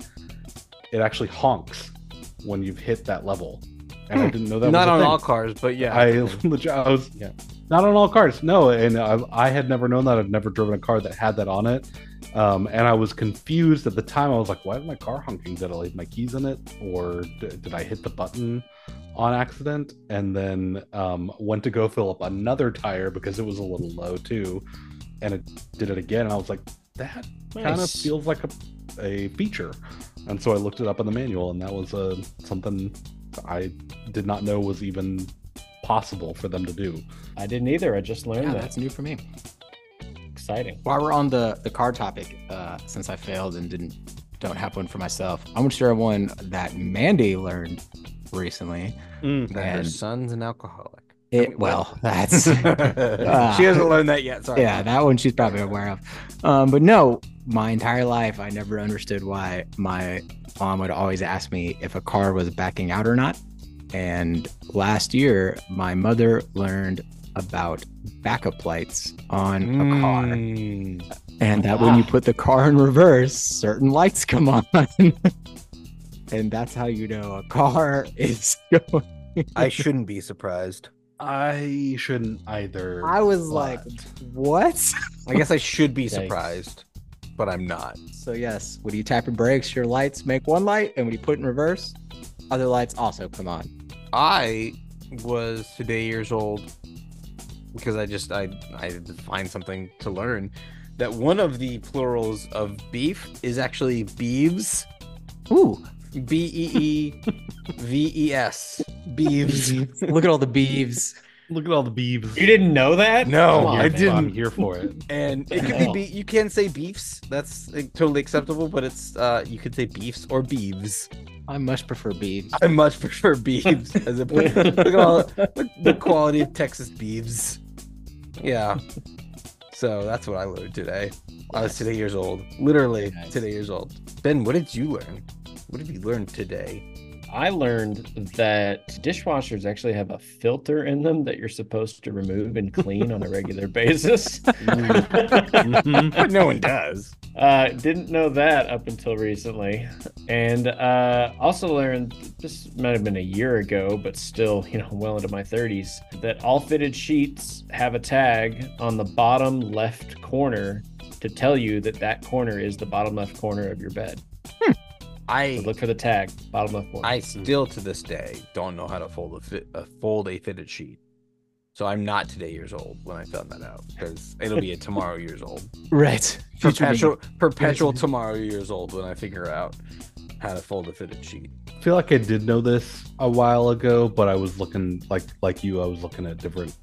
Speaker 6: it actually honks when you've hit that level. And I didn't know that.
Speaker 5: Hmm. not
Speaker 6: was a
Speaker 5: on
Speaker 6: thing.
Speaker 5: all cars but yeah (laughs)
Speaker 6: I (laughs) legit, I was
Speaker 5: Yeah.
Speaker 6: not on all cars. No, and I, I had never known that. I'd never driven a car that had that on it. Um, and I was confused at the time. I was like, "Why is my car honking? Did I leave my keys in it, or d- did I hit the button on accident?" And then um, went to go fill up another tire because it was a little low too, and it did it again. And I was like, "That kind of
Speaker 7: nice.
Speaker 6: feels like a, a feature. And so I looked it up in the manual, and that was uh, something I did not know was even possible for them to do.
Speaker 7: I didn't either. I just learned
Speaker 4: Yeah,
Speaker 7: that.
Speaker 4: that's new for me.
Speaker 7: Exciting.
Speaker 4: While we're on the the car topic, uh, since I failed and didn't don't have one for myself, I'm gonna share one that Mandy learned recently.
Speaker 5: that her
Speaker 4: and-
Speaker 5: son's an alcoholic (laughs)
Speaker 4: It well, (laughs) that's
Speaker 5: she hasn't learned that yet sorry
Speaker 4: yeah, that one she's probably aware of. Um, but no, my entire life I never understood why my mom would always ask me if a car was backing out or not. And last year, my mother learned about backup lights on a car,
Speaker 5: Mm.
Speaker 4: and that when you put the car in reverse, certain lights come on. (laughs) And that's how you know a car (laughs) is going.
Speaker 5: i shouldn't be surprised
Speaker 6: I shouldn't either.
Speaker 4: I was like, what?
Speaker 5: i guess i should be
Speaker 7: Yikes.
Speaker 5: surprised but i'm not
Speaker 4: So yes, when you tap your brakes, your lights make one light, and when you put it in reverse, other lights also come on.
Speaker 5: I was today years old because I just I I had to find something to learn that one of the plurals of beef is actually beeves.
Speaker 4: Ooh,
Speaker 5: B E E V E S. Beeves. Look at all the beeves.
Speaker 6: Look at all the beeves.
Speaker 7: You didn't know that?
Speaker 5: No,
Speaker 7: Come on,
Speaker 5: I
Speaker 7: man.
Speaker 5: didn't.
Speaker 6: I'm here for it.
Speaker 5: And it could be be you can say beefs. That's like, totally acceptable, but it's uh you could say beefs or beeves.
Speaker 4: I much prefer beeves.
Speaker 5: I much prefer beeves as a
Speaker 4: (laughs)
Speaker 5: look at all look, the quality of Texas beeves. Yeah. So that's what I learned today. I was today years old. Literally
Speaker 7: Nice.
Speaker 5: today years old. Ben, what did you learn? What did you learn today?
Speaker 7: I learned that dishwashers actually have a filter in them that you're supposed to remove and clean on
Speaker 5: (laughs)
Speaker 7: a regular basis.
Speaker 5: no one does.
Speaker 7: Uh, didn't know that up until recently, and uh, also learned this might have been a year ago, but still, you know, well into my 30s, that all fitted sheets have a tag on the bottom left corner to tell you that that corner is the bottom left corner of your bed.
Speaker 5: I
Speaker 7: So look for the tag, bottom left corner.
Speaker 5: I still to this day don't know how to fold a, fit, a fold a fitted sheet. So I'm not today years old when I found that out because it'll be a tomorrow years old.
Speaker 4: Right. (laughs) Future me.
Speaker 5: Perpetual, perpetual tomorrow years old when I figure out how to fold a fitted sheet.
Speaker 6: I feel like I did know this a while ago, but I was looking like like you, I was looking at different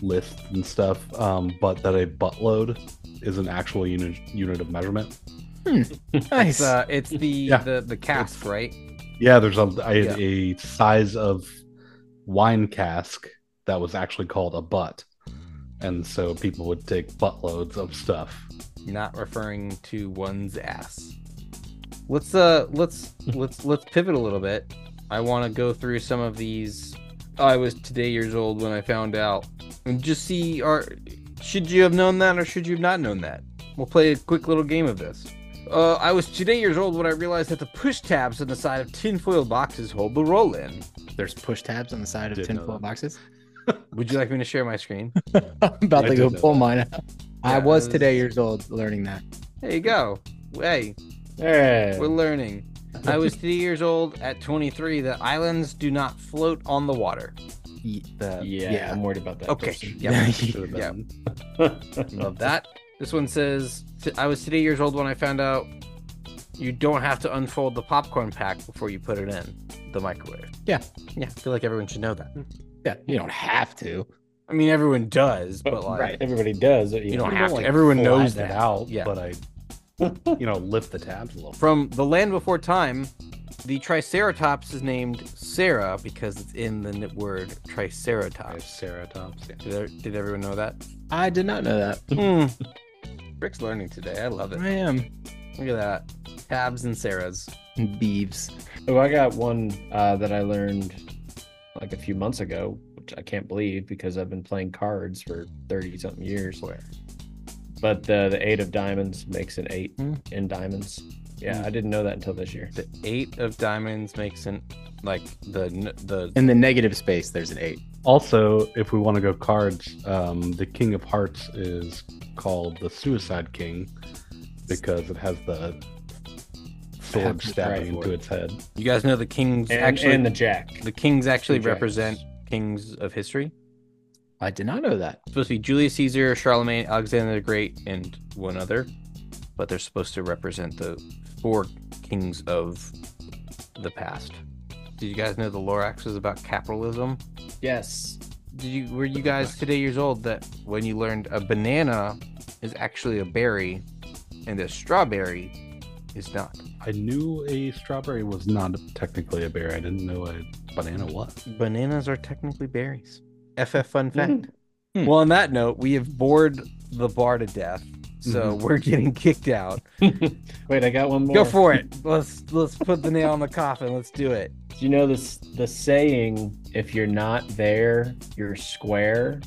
Speaker 6: lists and stuff. Um, but that a buttload is an actual unit unit of measurement.
Speaker 4: Nice.
Speaker 5: It's, uh, it's the,
Speaker 6: Yeah.
Speaker 5: the the cast, right?
Speaker 6: Yeah, there's a I had a size of wine cask that was actually called a butt, and so people would take buttloads of stuff.
Speaker 5: Not referring to one's ass. Let's uh let's let's let's pivot a little bit. I want to go through some of these. I was today years old when I found out, and just see are should you have known that or should you have not known that? We'll play a quick little game of this. Uh, I was today years old when I realized that the push tabs on the side of tinfoil boxes hold the roll in.
Speaker 4: There's push tabs on the side of
Speaker 6: Didn't know
Speaker 4: tinfoil
Speaker 6: that.
Speaker 4: boxes. (laughs)
Speaker 5: Would you like me to share my screen?
Speaker 4: I'm about to
Speaker 6: I did
Speaker 4: go
Speaker 6: know
Speaker 4: pull mine out. I was
Speaker 5: it was-
Speaker 4: today years old learning that.
Speaker 5: There you go. Hey,
Speaker 7: Hey.
Speaker 5: We're learning. I was three years old at 23 that islands do not float on the water.
Speaker 4: Ye- the- (laughs)
Speaker 7: yeah, I'm worried about that.
Speaker 5: Okay.
Speaker 7: person.
Speaker 5: Yep.
Speaker 6: Should have been.
Speaker 5: Love that. This one says "T- I was three years old when I found out you don't have to unfold the popcorn pack before you put it in the microwave.
Speaker 4: Yeah.
Speaker 5: Yeah. I feel like everyone should know that.
Speaker 4: yeah, you don't have to.
Speaker 5: I mean, everyone does, but,
Speaker 7: But
Speaker 5: like,
Speaker 7: right, everybody does.
Speaker 5: you
Speaker 7: know.
Speaker 5: don't
Speaker 6: I
Speaker 5: have
Speaker 6: don't, like,
Speaker 5: to. Everyone
Speaker 6: full
Speaker 5: knows
Speaker 6: ass
Speaker 5: that.
Speaker 6: it out,
Speaker 5: Yeah.
Speaker 6: but I, you know, lift the tabs a little.
Speaker 5: From The Land Before Time, the Triceratops is named Sarah because it's in the n- word Triceratops.
Speaker 6: Triceratops. Yeah.
Speaker 5: Did, e- did everyone know that?
Speaker 4: I did not know that.
Speaker 5: Mm. Rick's learning today. I love it.
Speaker 4: I am.
Speaker 5: Look at that. Tabs and Sarah's.
Speaker 4: Beeves.
Speaker 7: Oh, I got one uh, that I learned like a few months ago, which I can't believe because I've been playing cards for 30 something years. But the, the eight of diamonds makes an eight
Speaker 4: Hmm.
Speaker 7: in diamonds. Yeah, I didn't know that until this year.
Speaker 5: The eight of diamonds makes an like the n- the
Speaker 4: In the negative space, there's an eight.
Speaker 6: Also, if we want to go cards, um, the King of Hearts is called the Suicide King because it has the sword
Speaker 5: Perhaps right.
Speaker 6: stabbing into its head.
Speaker 5: you guys know the kings
Speaker 7: And,
Speaker 5: actually
Speaker 7: and the
Speaker 5: the,
Speaker 7: jack.
Speaker 5: kings actually
Speaker 7: Two jacks.
Speaker 5: represent kings of history.
Speaker 4: I did not know that.
Speaker 5: It's supposed to be Julius Caesar, Charlemagne, Alexander the Great, and one other, but they're supposed to represent the four kings of the past. Did you guys know the Lorax is about capitalism?
Speaker 7: Yes.
Speaker 5: Did you were you guys today years old that when you learned a banana is actually a berry and a strawberry is not?
Speaker 6: I knew a strawberry was not technically a berry. I didn't know a banana was.
Speaker 5: Bananas are technically berries. FF fun fact.
Speaker 7: Mhm.
Speaker 4: Hmm.
Speaker 5: Well, on that note, we have bored the bar to death. So we're getting kicked out.
Speaker 7: (laughs) Wait, I got one more.
Speaker 5: Go for it. Let's let's put the nail on the coffin. Let's do it.
Speaker 7: Do you know this the saying if you're not there, you're square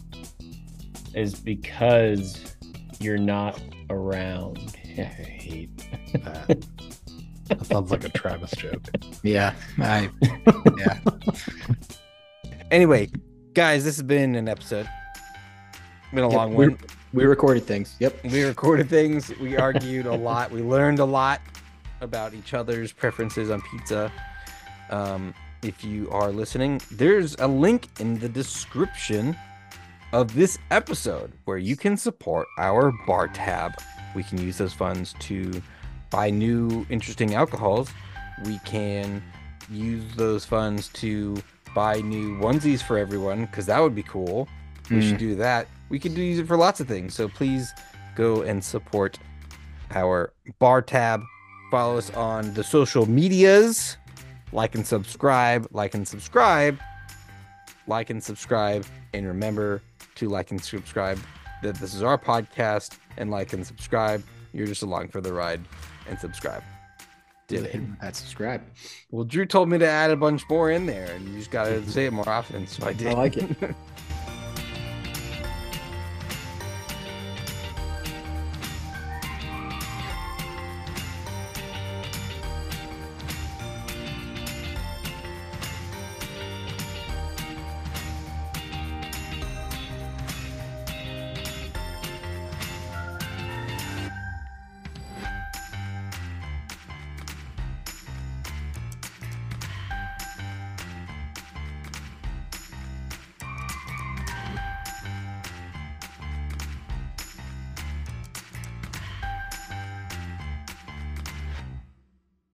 Speaker 7: is because you're not around. (laughs) I hate
Speaker 6: That, (laughs) that sounds like a Travis joke.
Speaker 4: Yeah. I
Speaker 5: Anyway, guys, this has been an episode. Been a
Speaker 4: Yep,
Speaker 5: long
Speaker 4: we're-
Speaker 5: one.
Speaker 4: we recorded things. Yep.
Speaker 5: We recorded things. We argued a lot. We learned a lot about each other's preferences on pizza. Um, if you are listening, there's a link in the description of this episode where you can support our bar tab. We can use those funds to buy new interesting alcohols, we can use those funds to buy new onesies for everyone because that would be cool. We should do that. We could do, use it for lots of things. So please go and support our bar tab. Follow us on the social medias. Like and subscribe. Like and subscribe. Like and subscribe. And remember to like and subscribe that this is our podcast and like and subscribe. You're just along for the ride and subscribe. Did it.
Speaker 4: That's subscribe.
Speaker 5: Well, Drew told me to add a bunch more in there, and you just got to say it more often. So I did.
Speaker 4: I like it.